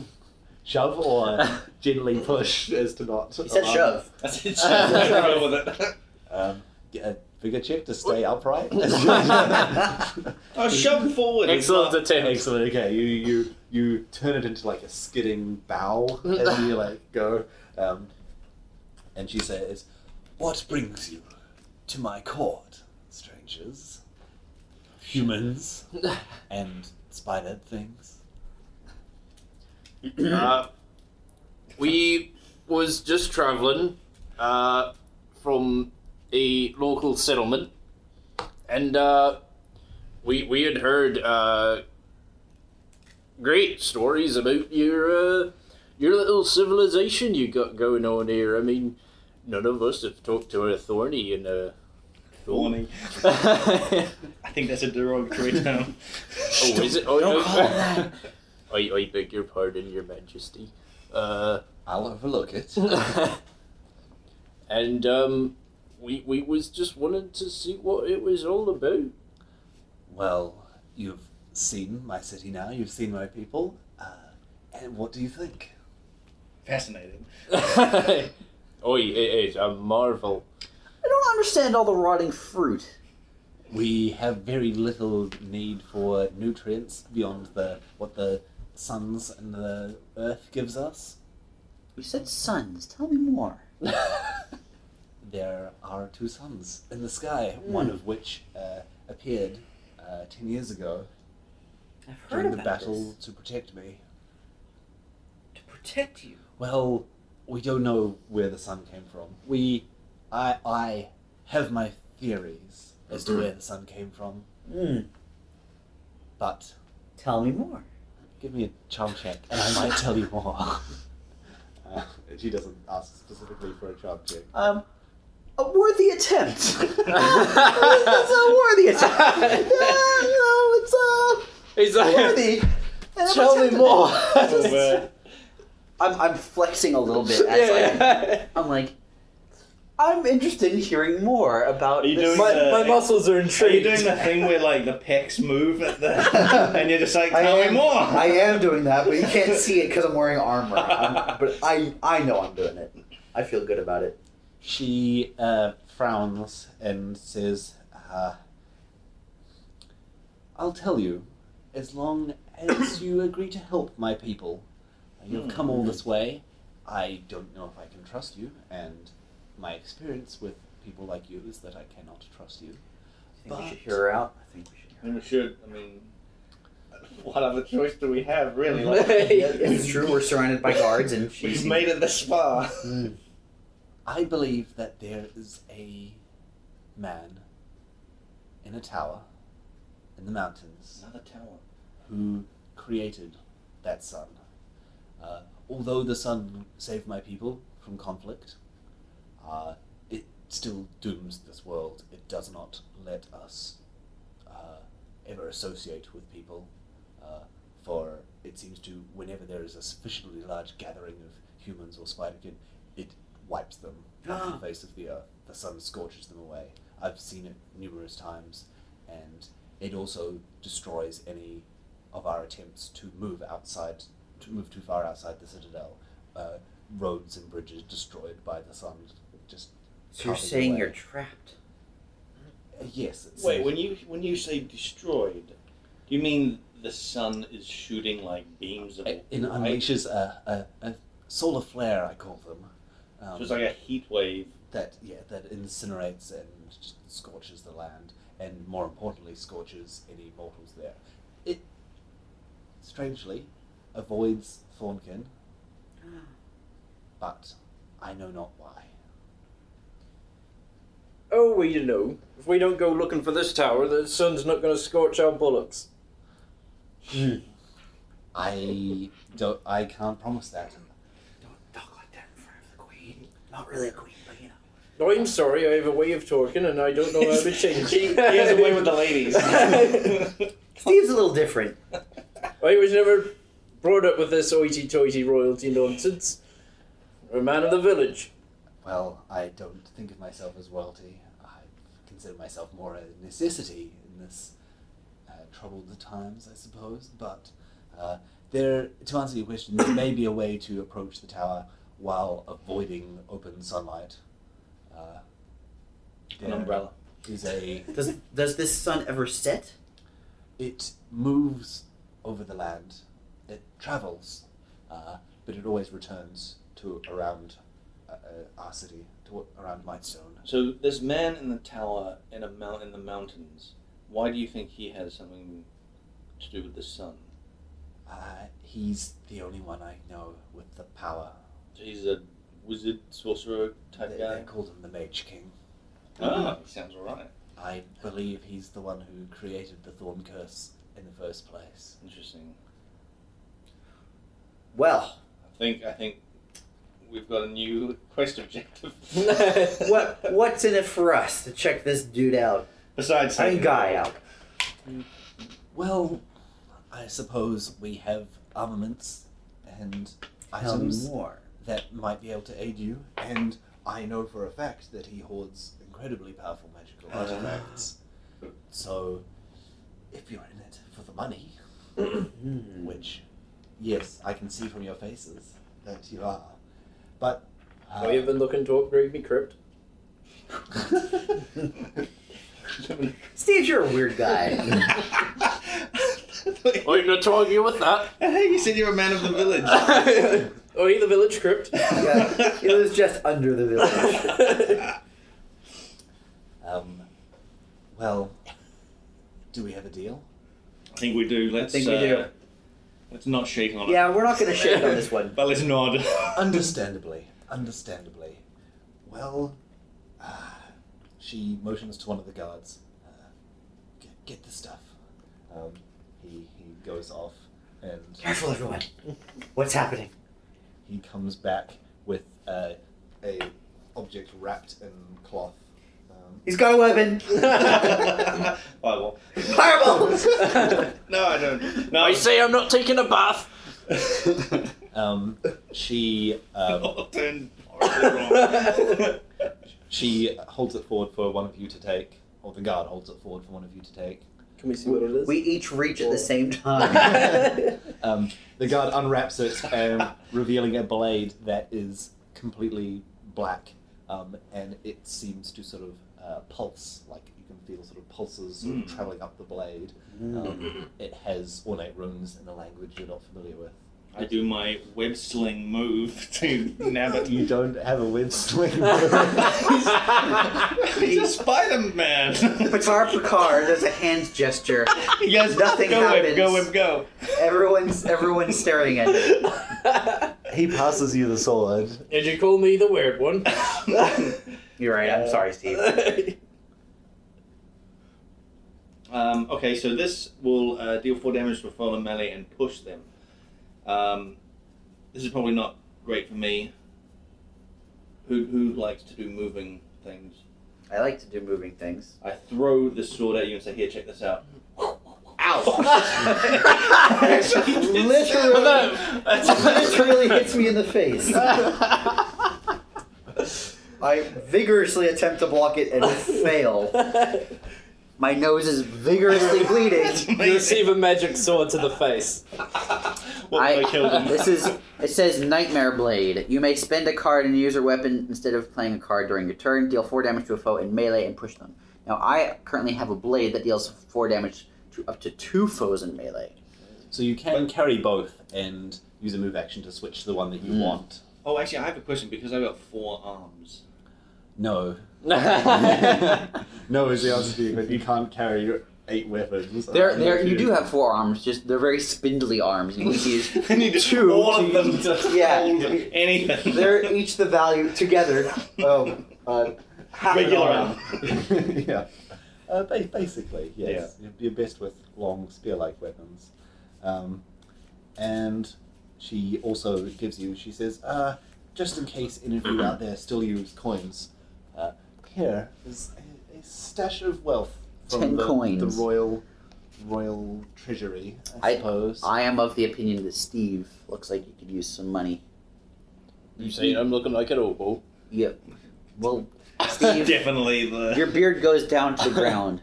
Shove or gently push as to not.
He said
alarm
shove.
I said, "Shove it." Roll with it.
Um, get a vigor check to stay upright.
Oh, shove it forward.
Excellent attempt.
Excellent. Okay, you you you turn it into like a skidding bow as you like go, um, and she says, "What brings you to my court, strangers, humans, and spider things?"
Uh, we was just travelling uh, from a local settlement, and uh, we we had heard uh, great stories about your uh, your little civilization you got going on here. I mean, none of us have talked to a thorny in a
Warning.
oh,
I think that's a derogatory term.
is it? Oh,
Don't
no.
call it that.
I, I beg your pardon, Your Majesty. Uh,
I'll overlook it.
and um, we we was just wanted to see what it was all about.
Well, you've seen my city now. You've seen my people. Uh, and what do you think?
Fascinating.
Oi, it is a marvel.
I don't understand all the rotting fruit.
We have very little need for nutrients beyond the what the suns and the earth gives us.
You said suns. Tell me more.
There are two suns in the sky, one of which uh, appeared uh, ten years ago
I've heard
during the
about
battle
this.
to protect me.
to protect you.
Well, we don't know where the sun came from. We, I, I have my theories as to where the sun came from,
Mm.
but
Tell me more.
Give me a charm check, and I might tell you more. Uh, she doesn't ask specifically for a charm check.
Um, a worthy attempt. it's a worthy attempt. Yeah, no, it's uh,
It's
worthy. And I've
Tell me
attempted
more.
it. Just-
Well,
I'm, I'm flexing a little bit as I, I'm like, I'm interested in hearing more about
Are you
this.
doing
My,
the-
my muscles are
Uh, Are you
intrigued.
doing the thing where like the pecs move at the, and you're just like,
I
tell
am-
me more.
I am doing that, but you can't see it because I'm wearing armor. I'm- but I, I know I'm doing it. I feel good about it.
She uh, frowns and says, uh, "I'll tell you, as long as you agree to help my people.
Hmm.
You've come all this way. I don't know if I can trust you, and my experience with people like you is that I cannot trust you.
I think we should
But-
hear her out. I think we should
I mean, we should. I mean, what other choice do we have, really? Like,
hear her out.
Yeah,
It's true, we're surrounded by guards, and she's
We've made it this far.
I believe that there is a man in a tower in the mountains
Another talent.
who created that sun. Uh, although the sun saved my people from conflict, uh, it still dooms this world. It does not let us uh, ever associate with people, uh, for it seems to, whenever there is a sufficiently large gathering of humans or spiderkin, it wipes them off the face of the earth. The sun scorches them away. I've seen it numerous times, and it also destroys any of our attempts to move outside, to move too far outside the citadel. Uh, roads and bridges destroyed by the sun. Just
So you're
carving
saying
away.
you're trapped.
Uh, yes. It's
Wait, when you when you say destroyed, do you mean the sun is shooting like beams of
it
light?
unleashes a, a, a solar flare, I call them. Um,
So it's like a heat wave.
that yeah, that incinerates and just scorches the land, and more importantly, scorches any mortals there. It strangely avoids Thornkin, but I know not why.
Oh, well, you know.
If we don't go looking for this tower, the sun's not going to scorch our bullocks.
I don't. I can't promise that.
Don't talk like that in front of the queen. Not really a queen, but you know.
I'm sorry, I have a way of talking and I don't know how to change
He
it.
has a way with the ladies.
Steve's a little different.
I was never brought up with this hoity toity royalty nonsense. We're a man of the village.
Well, I don't think of myself as royalty. I consider myself more a necessity in this uh, troubled times, I suppose. But uh, there, to answer your question, there may be a way to approach the tower while avoiding open sunlight. Uh,
An umbrella.
is a
Does does this sun ever set?
it moves over the land. It travels, uh, but it always returns to around uh, uh, our city, to around Mightstone.
So this man in the tower in a mount in the mountains. Why do you think he has something to do with the sun?
Uh, he's the only one I know with the power.
So he's a wizard sorcerer
They,
type
they
guy.
called him the Mage King.
Ah, he sounds alright.
I believe he's the one who created the Thorn Curse in the first place.
Interesting.
Well,
I think I think we've got a new quest objective.
what what's in it for us to check this dude out?
Besides,
I mean, guy out.
Well, I suppose we have armaments and
Tell me
items
more.
that might be able to aid you, and I know for a fact that he hoards incredibly powerful magical
Ah.
artifacts. So, if you're in it for the money,
Hmm.
which, yes, I can see from your faces that you are. But uh,
Have you been looking to upgrade me crypt?
Steve, you're a weird guy.
I
I'm not talking with that.
think you said you're a man of the village.
Oh, you the village crypt?
Yeah, it was just under the village.
um, well, do we have a deal?
I think we do. Let's,
think we
uh,
do.
Let's not shake on
Yeah, we're not gonna shit on this
it,
one.
but let's nod.
Understandably, understandably. Well, uh, she motions to one of the guards. Uh, get, get the stuff. Um, he he goes off, and
Careful, everyone. What's happening?
he comes back with uh, a object wrapped in cloth. Um,
He's got a weapon.
Bible.
Fireballs.
No, I don't. No,
I say I'm not taking a bath.
um, she um,
I'll turn horribly wrong.
she holds it forward for one of you to take, or the guard holds it forward for one of you to take.
Can we see what it is?
we each reach at the same time.
Wait,
Um, the guard unwraps it, um, revealing a blade that is completely black, um, and it seems to sort of uh, pulse. Like you can feel sort of pulses sort of
Mm.
traveling up the blade. Um, it has ornate runes in a language you're not familiar with.
I do my web sling move to nab it.
You don't have a wind swing.
He's a Spider Man.
Picard Picard does a hand gesture.
yes,
Nothing
go
happens.
Web, go web, go.
Everyone's everyone's staring at him.
he passes you the sword.
Did you call me the weird one?
You're right. I'm sorry, Steve.
I Um, okay, so this will uh, deal four damage to a foe in melee and push them. Um, this is probably not great for me. Who, who likes to do moving things?
I like to do moving things.
I throw the sword at you and say, "Here, check this out."
Ow! literally, literally hits me in the face. I vigorously attempt to block it and fail. My nose is vigorously bleeding.
You receive a magic sword to the face.
What
I-
I, kill them?
this is it says Nightmare Blade. You may spend a card and use your weapon instead of playing a card during your turn. Deal four damage to a foe in melee and push them. Now I currently have a blade that deals four damage to up to two foes in melee.
So you can carry both and use a move action to switch to the one that you
Mm.
want.
Oh, actually, I have a question because I've got four arms.
No.
there,
no is the answer to you, but you can't carry your eight weapons.
There, there, you do have four arms. Just they're very spindly arms. You can use
I need
Two
all of
to
them
use-
to
Yeah.
hold anything.
They're each the value together of uh, half an
Regular
arm.
yeah. Uh, ba- basically, yes. You're you're best with long spear like weapons. Um, and she also gives you, she says, uh, just in case any of you out there still use coins, uh, here is a, a stash of wealth from
Ten
the,
coins.
the royal royal treasury, I
I-
suppose.
I am of the opinion that Steve looks like he could use some money.
you seen him looking like an oboe.
Yep. Well, Steve,
Definitely the.
your beard goes down to the ground.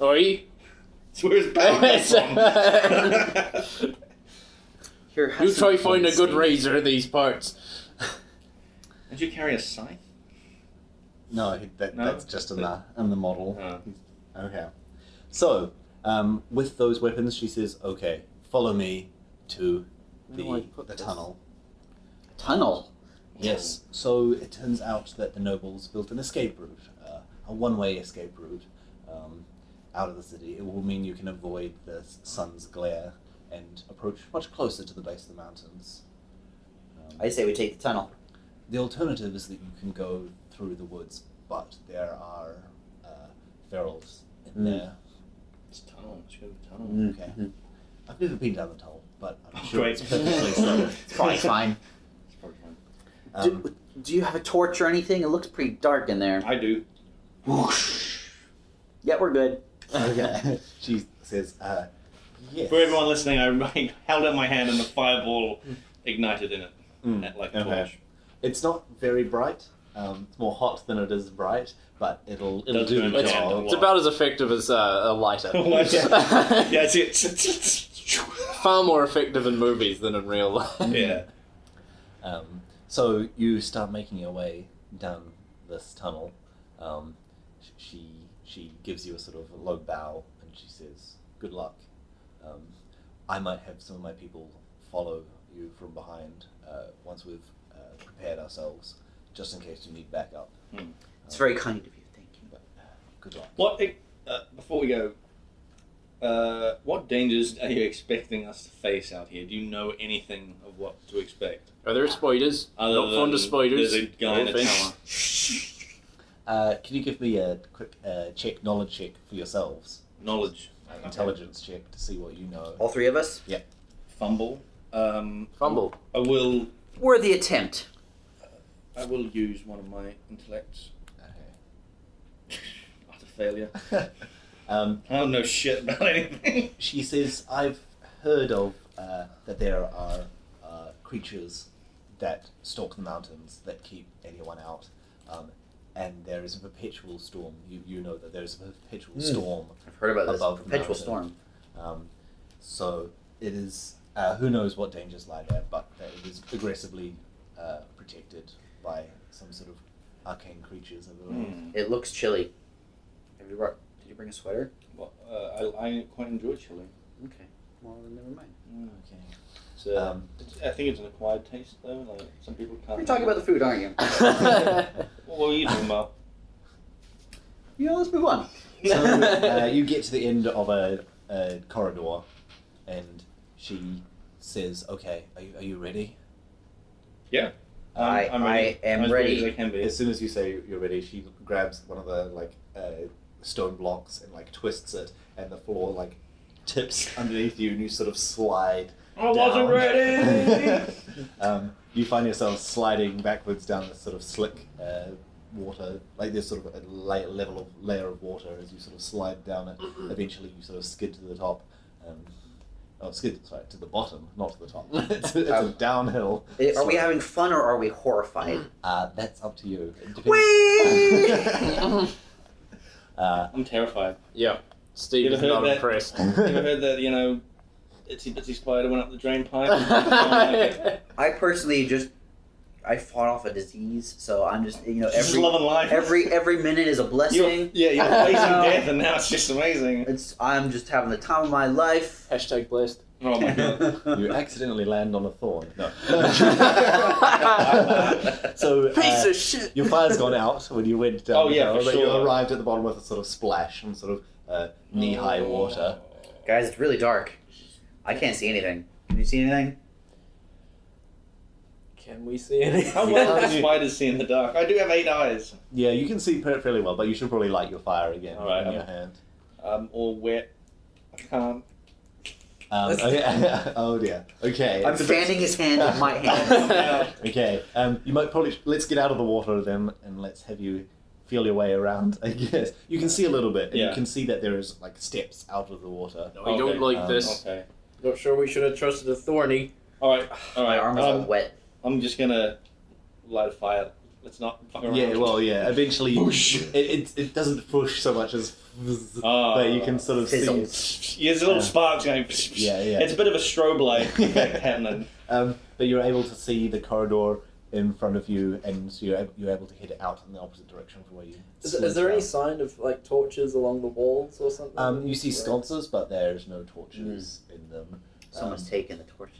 Oi.
It's where his power comes from.
Here, have
You
some
try find a
coins,
good
Steve.
razor in these parts.
Did you carry a scythe?
No, he- that,
No?
that's just in the in the model.
Oh.
Okay. So, um, with those weapons, she says, "Okay, follow me to
Where do I
the,
put
the
this?
tunnel."
Tunnel.
Yes. So it turns out that the nobles built an escape route, uh, a one-way escape route, um, out of the city. It will mean you can avoid the s- sun's glare and approach much closer to the base of the mountains. Um,
I say we take the tunnel.
the alternative is that you can go through the woods, but there are uh, ferals in
Mm.
there.
It's a tunnel. Let's go to the tunnel.
Mm.
Okay.
Mhm.
I've never been down the tunnel, but I'm
Oh,
sure
great.
it's perfectly safe.
It's probably fine.
It's probably fine.
Um,
do, do you have a torch or anything? It looks pretty dark in there.
I do.
Yeah, we're good.
okay. She says, uh, yes.
For everyone listening, I, I held out my hand and the fireball ignited in it
Mm.
at like a
Okay.
torch.
It's not very bright. Um, it's more hot than it is bright, but it'll it'll
Does
do
burn
the
the
candle.
job.
It's about as effective as uh, a lighter.
Yeah. Yeah, it's it.
Far more effective in movies than in real life.
yeah.
Um, so you start making your way down this tunnel. Um, sh- she she gives you a sort of low bow and she says, "Good luck." Um, I might have some of my people follow you from behind uh, once we've uh, prepared ourselves, just in case you need backup.
Hmm.
Um,
It's very kind of you. Thank you.
Good luck.
What uh, before we go, uh, what dangers are you expecting us to face out here? Do you know anything of what to expect?
Are there spiders?
Other
Not fond of
than
spiders.
There's a guy in
No
a
offense.
tower.
Uh, can you give me a quick uh, check, knowledge check for yourselves,
Knowledge.
intelligence check to see what you know.
All three of us?
Fumble. Um,
Fumble.
I will.
Worthy attempt.
I will use one of my intellects. Utter failure.
Okay. um,
I don't know shit about anything.
She says, I've heard of uh, that there are uh, creatures that stalk the mountains that keep anyone out. Um, and there is a perpetual storm. You, you know that there is a perpetual
Mm.
storm.
I've heard about this.
Above the
Perpetual
mountain.
storm.
Um, so it is, uh, who knows what dangers lie there, but that it is aggressively uh, protected by some sort of arcane creatures, I
Hmm.
believe.
It looks chilly. Have you brought? Did you bring a sweater?
Well, uh, I, I quite enjoy chilling.
Okay. Well, then never mind.
Okay.
So
Um,
it's- I think it's an acquired taste, though. Like some people can't.
You're talking about the food, aren't you?
What were you talking about?
Yeah, let's move on.
So uh, you get to the end of a, a corridor, and she says, "Okay, are you, are you ready?"
I'm-
I-
I'm
I
ready.
am
I'm as
ready.
as I can be.
As soon as you say you're ready, she grabs one of the like uh, stone blocks and like twists it, and the floor like tips underneath you, and you sort of slide.
I wasn't
down.
ready.
um, you find yourself sliding backwards down this sort of slick uh, water, like there's sort of a la- level of layer of water as you sort of slide down it.
Mm-hmm.
Eventually, you sort of skid to the top. Um, oh, skid sorry to the bottom, not to the top. it's a, it's a downhill.
Eh, Are we
slope.
having fun or are we horrified?
Uh, that's up to you. It
Whee!
depends. uh,
I'm terrified.
Yeah. Steve
You
is
heard
not
that?
impressed.
You ever heard that, you know, itsy bitsy spider went up the drain pipe?
I personally just I fought off a disease, so I'm just you know
Just
every
loving life.
every every minute is a
You were-
blessing.
yeah, you're facing
No.
death, and now it's just amazing.
It's I'm just having the time of my life.
Hashtag blessed.
Oh my god.
you accidentally land on a thorn. No. so
So,
Piece
uh,
of shit.
your fire's gone out when you went down.
Oh,
the
yeah,
hill,
for
but You
sure.
arrived at the bottom with a sort of splash and sort of uh, knee-high
Mm.
water.
guys, it's really dark. I can't see anything. Can you see anything?
Can we see anything?
How well do spiders see in the dark? I do have eight eyes.
Yeah, you can see per- fairly well, but you should probably light your fire again
All right,
in your
I'm-
hand.
I'm Um, all wet. I can't.
Um,
Let's-
okay. oh dear. Okay.
I'm
it's a bit-
fanning his hand with my hand.
Yeah.
Okay, um, you might probably let's get out of the water then, and let's have you feel your way around. I guess you can see a little bit, and
Yeah.
you can see that there is like steps out of the water.
No, I
Okay,
don't like
um,
this.
Okay.
Not sure we should have trusted a thorny.
Alright,
My
alright.
arm is all
Um,
wet.
I'm just gonna light a fire. Let's not fuck around.
Yeah, well, yeah. Eventually,
Whoosh.
It, it it doesn't push so much as,
Ah.
but you can sort of see.
Fizzles.
Yeah, there's a little
Yeah.
sparks going.
Yeah, yeah.
It's a bit of a strobe light effect happening.
Um, but you're able to see the corridor in front of you, and so you're ab- you're able to head out in the opposite direction from where you.
Is, is there any
slid down.
sign of like torches along the walls or something?
Um, you see
Or-
sconces, but there's no torches in them.
Someone's
Um,
taking the torches.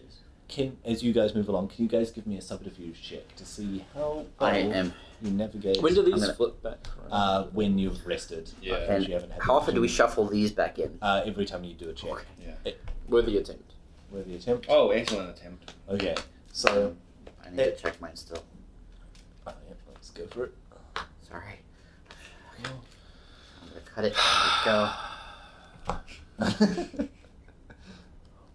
Can as you guys move along, can you guys give me a subterfuge check to see how well
I am.
you navigate
When do
I'm
these
gonna-
flip back? around?
uh, when you've rested?
Yeah.
because you haven't had
How
the
often do we
opportunity.
shuffle these back in?
uh, every time you do a check
Okay.
Worthy attempt.
with the attempt.
Oh, excellent attempt.
Okay, so
I need to check mine still.
oh, yeah, let's go for it.
Sorry. I'm gonna cut it. Let's go.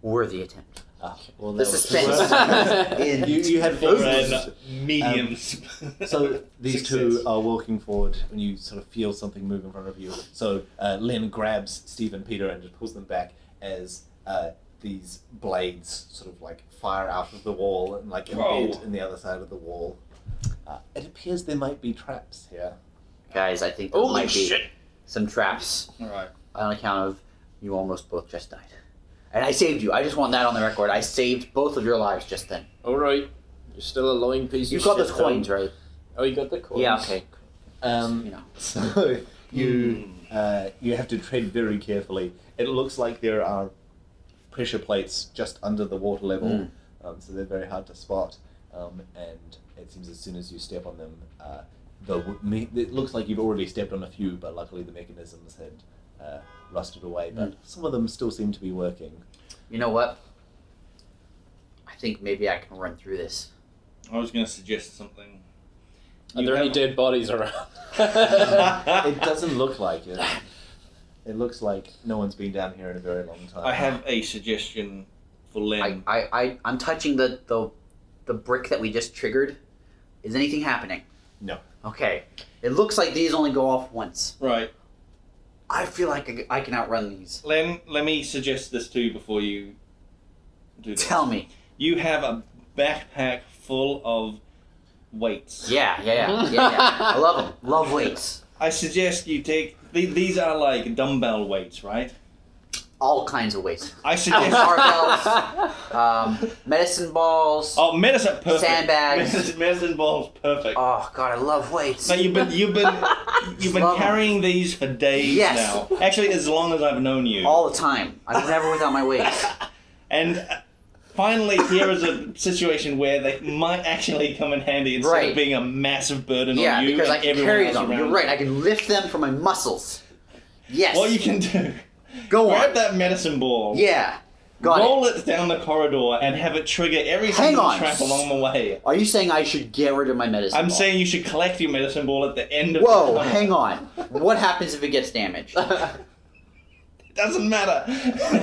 Worthy attempt.
Ah, well,
The
that was-
suspense
is
you, you had four.
For an
resistance.
mediums.
um, So these two
Success.
are walking forward, and you sort of feel something move in front of you. So uh, Lynn grabs Steve and Peter and just pulls them back as uh, these blades sort of like fire out of the wall and like embed
Whoa.
in the other side of the wall. Uh, it appears there might be traps here.
Guys, I think there
Holy
might
Oh, shit!
be some traps
Alright.
on account of you almost both just died. And I saved you. I just want that on the record. I saved both of your lives just then.
All right, you're still a lying piece
You
of
got
shit.
those coins, right?
Oh, you got the coins.
Yeah, okay.
Um,
You know.
So
Hmm.
you uh, you have to tread very carefully. It looks like there are pressure plates just under the water level,
Mm.
um, so they're very hard to spot. Um, and it seems as soon as you step on them, uh, the w- me- it looks like you've already stepped on a few, but luckily the mechanisms had uh, rusted away. But some of them still seem to be working.
You know what? I think maybe I can run through this.
I was gonna suggest something.
Are
You
there any
have-
dead bodies around?
It doesn't look like it. It looks like no one's been down here in a very long time.
I have a suggestion for Lynn.
I, I, I, I'm touching the, the, the brick that we just triggered. Is anything happening?
No.
Okay. It looks like these only go off once.
Right,
I feel like I, I can outrun these.
Lynn. Let me suggest this to you before you do this.
Tell me.
You have a backpack full of weights.
Yeah, yeah, yeah, yeah. yeah. I love them. Love weights.
I suggest you take the- these are like dumbbell weights, right?
All kinds of weights.
I suggest.
Barbells. Um, medicine balls. Oh.
oh, medicine perfect.
Sandbags. Oh.
Medicine, medicine balls perfect.
God, I love weights.
So you've been you've been you've been
Love 'em.
carrying these for days
Yes.
now. Actually, as long as I've known you.
All the time. I'm never without my weights.
And uh, finally, here is a situation where they might actually come in handy instead
Right.
of being a massive burden
Yeah,
on you
because I
and
can
everyone
carry
else
them.
around.
You're right. I can lift them from my muscles. Yes.
What you can do,
Go on.
grab that medicine ball
Yeah. Got it.
roll it. down the corridor and have it trigger every
Hang
single
on.
trap along the way.
Are you saying I should get rid of my medicine?
I'm
ball?
saying you should collect your medicine ball at the end of the
Whoa,
tunnel.
hang on. What happens if it gets damaged?
It doesn't matter.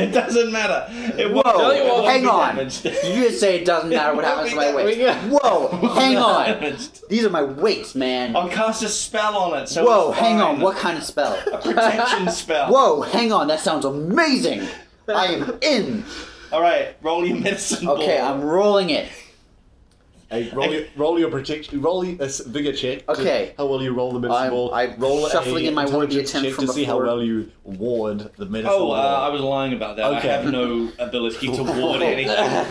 It doesn't matter. It won't,
Whoa,
it won't
hang
be
on.
damaged.
You just say it doesn't matter what
It
happens to my
won't be
weights.
damaged.
Whoa, hang on.
Damaged.
These are my weights, man.
I'll cast a spell on it. So
Whoa,
it's
hang on.
fine.
What kind of spell?
A protection spell.
Whoa, hang on. That sounds amazing. I am in.
All right, roll your medicine
Okay,
ball.
I'm rolling it.
Hey, roll, your, roll your protection. Roll your, a s- vigor check. to-
Okay.
how well you roll the medicine
I'm-
ball?
I'm
roll
shuffling
a
in my wordy
intelligence
attempt
check
from
to see how
before.
well you ward the medicine
Oh,
ball.
uh, I was lying about that.
Okay.
I have no ability to ward anything.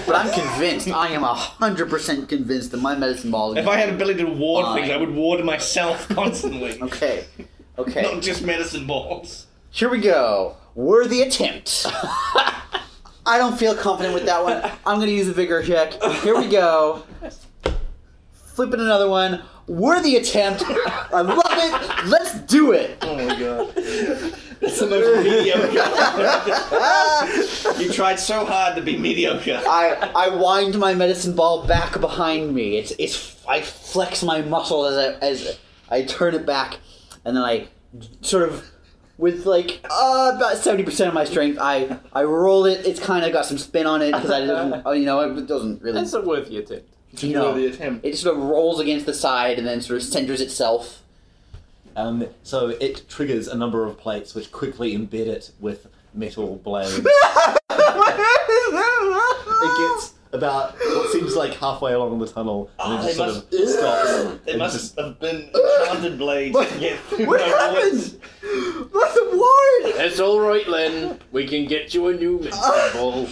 But I'm convinced. I am 100% convinced that my medicine ball is
If I had ability to ward
Fine.
things, I would ward myself constantly.
Okay. Okay.
Not just medicine balls.
Here we go. Worthy attempt. I don't feel confident with that one. I'm going to use a vigor check. Here we go. Flipping another one. Worthy attempt. I love it. Let's do it.
Oh my god. That's the most mediocre. you tried so hard to be mediocre.
I I wind my medicine ball back behind me. It's it's I flex my muscle as I as I turn it back, and then I sort of with like uh, about seventy percent of my strength. I I roll it. It's kind of got some spin on it because I didn't oh, you know it doesn't really
That's a worthy attempt.
You
no.
know the attempt.
it sort of rolls against the side and then sort of centers itself.
Um, so it triggers a number of plates which quickly embed it with metal blades. it gets about what seems like halfway along the tunnel and
Oh,
it just
they must-
sort of stops.
It
and
must
just-
have been enchanted blades to get through
what
my
happened? That's a word.
It's all right, Len. We can get you a new medicine ball.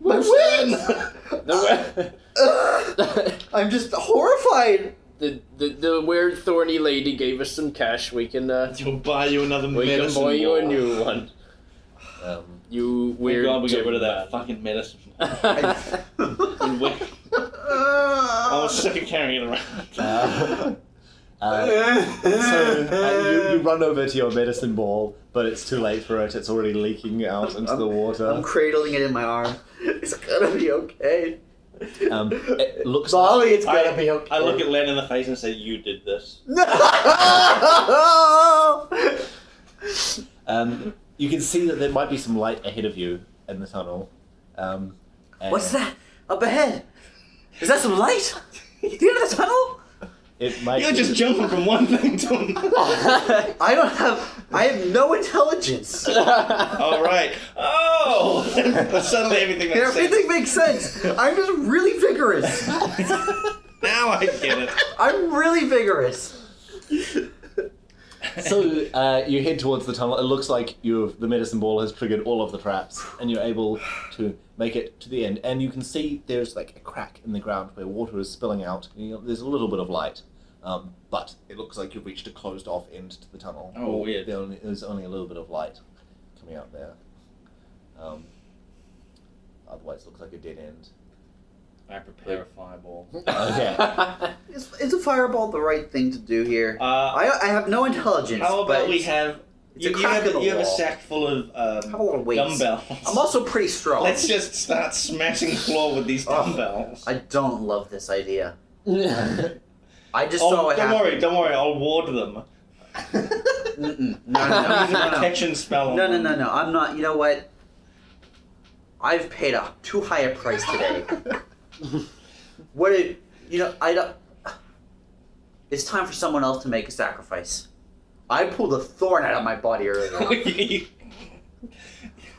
My wings.
The, we-
I'm just horrified.
the, the, the weird thorny lady gave us some cash. We can uh,
wallets. He'll buy you another
we can
medicine
buy you a
ball.
new one.
um,
You
Thank
weird.
God we got
gym
rid of that
rat.
fucking medicine. And we- I was sick of carrying it around.
uh, uh, so uh, you, you run over to your medicine ball, but it's too late for it. It's already leaking out into the
I'm
water.
cradling it in my arm. It's gonna be okay.
Um, it looks
Molly, it's gonna
I-
be okay.
I look at Len in the face and say, "You did this."
No!
Um, you can see that there might be some light ahead of you in the tunnel. Um, and
What's that? Up ahead? Is that some light? The end of the tunnel?
It might
You're just jumping from one thing to another.
I don't have. I have no intelligence.
All right. Oh, suddenly everything makes
Everything
sense.
makes sense. I'm just really vigorous.
now I get it.
I'm really vigorous.
so uh, you head towards the tunnel. It looks like you've the medicine ball has triggered all of the traps, and you're able to make it to the end. And you can see there's like a crack in the ground where water is spilling out. You know, there's a little bit of light, um, but it looks like you've reached a closed off end to the tunnel.
Oh,
Or
weird.
there only- there's only a little bit of light coming out there. Um, otherwise, it looks like a dead end.
I prepare a fireball.
Okay.
Is, is a fireball the right thing to do here?
Uh,
I, I have no intelligence.
how
but
about we
it's-
have?
it's a
You, you
crack
have,
in the
you have a
wall.
sack full of
I have a lot
um,
of weights.
dumbbells.
I'm also pretty strong.
Let's just start smashing the floor with these
Oh,
dumbbells.
I don't love this idea. I just
Oh,
saw it
don't
happen.
worry, don't worry. I'll ward them.
Mm-mm. No, no,
I'll use a
no, no, no.
protection spell. on
no, no,
them.
no, no. I'm not. You know what? I've paid a too high a price today. what? If, you know, I don't. It's time for someone else to make a sacrifice. I pulled a thorn out of my body earlier.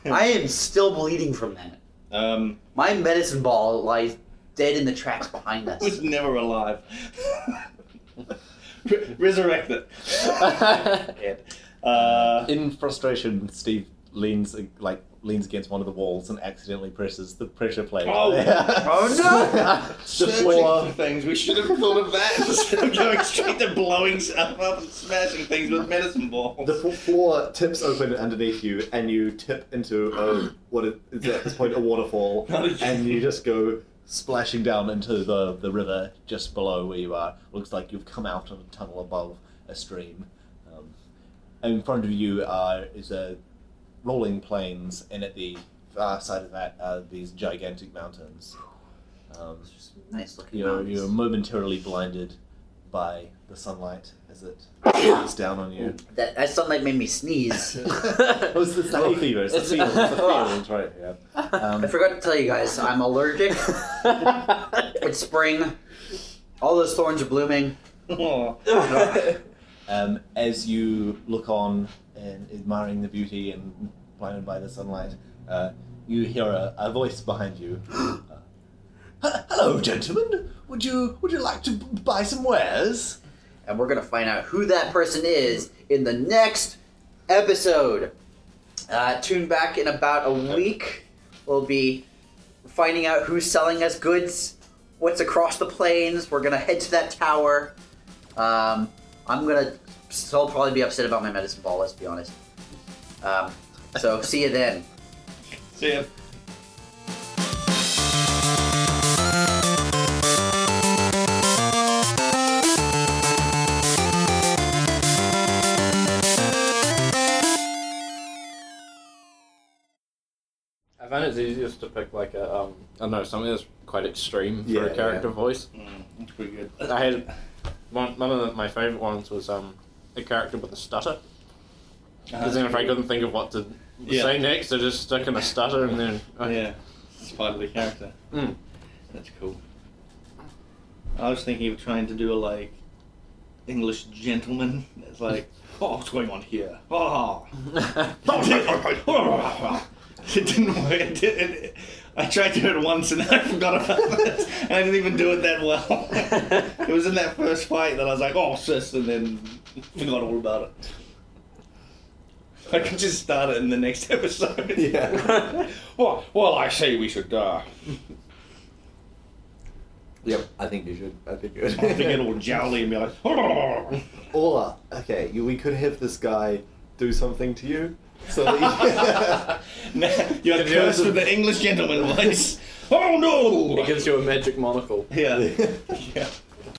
I am still bleeding from that.
um,
My medicine ball lies dead in the tracks behind
it was
us.
never alive. Re- resurrect it. Ed. Uh,
In frustration, Steve leans like leans against one of the walls and accidentally presses the pressure plate.
Oh.
Oh,
no! the
searching for
floor.
things. We should have thought of that instead of going straight to blowing stuff up and smashing things with medicine balls.
The f- floor tips open underneath you, and you tip into a, what is at this point a waterfall, and you just go.
Splashing down into the, the river just below where you are. Looks like you've come out of a tunnel above a stream. Um, and in front of you are, is a rolling plains, and at the far side of that are these gigantic mountains. Um,
Nice looking
you're,
mountains.
you're momentarily blinded by the sunlight as it shines down on you.
That, that sunlight made me sneeze.
Oh, it's the
Oh,
hay fever. It's the
it's-
field. It's the field, right? Yeah. Um,
I forgot to tell you guys, I'm allergic. it's spring. All those thorns are blooming.
Oh.
um, as you look on and admiring the beauty and blinded by the sunlight, uh, you hear a, a voice behind you. Uh, "H- Hello, gentlemen. Would you would you like to b- buy some wares?
And we're going to find out who that person is in the next episode. Uh, tune back in about a week. We'll be finding out who's selling us goods, what's across the plains. We're going to head to that tower. Um, I'm going to still probably be upset about my medicine ball, let's be honest. Um, so, see you then.
See ya.
I find it's easiest to pick like a um, I don't know something that's quite extreme for
Yeah,
a character voice.
Mm, that's pretty good.
I had one, one of the, my favorite ones was um, a character with a stutter because then if I couldn't think of what to
Ah, Yeah.
say next, I just stuck in a stutter and then uh,
yeah, it's part of the character.
Mm.
That's cool. I was thinking of trying to do a like English gentleman. It's like, oh, what's going on here? Oh. It didn't work. It did, it, I tried to do it once and I forgot about it. And I didn't even do it that well. it was in that first fight that I was like, oh, sis, and then forgot all about it. I could just start it in the next episode.
Yeah.
well, well, I say we should. Uh,
Yep, I think you should. I think you
I think it'll jowly and be like.
Ola, okay, you, we could have this guy do something to you. So that
Nah, You're cursed with the English gentleman voice. Oh no!
gives you a magic monocle.
Yeah. yeah.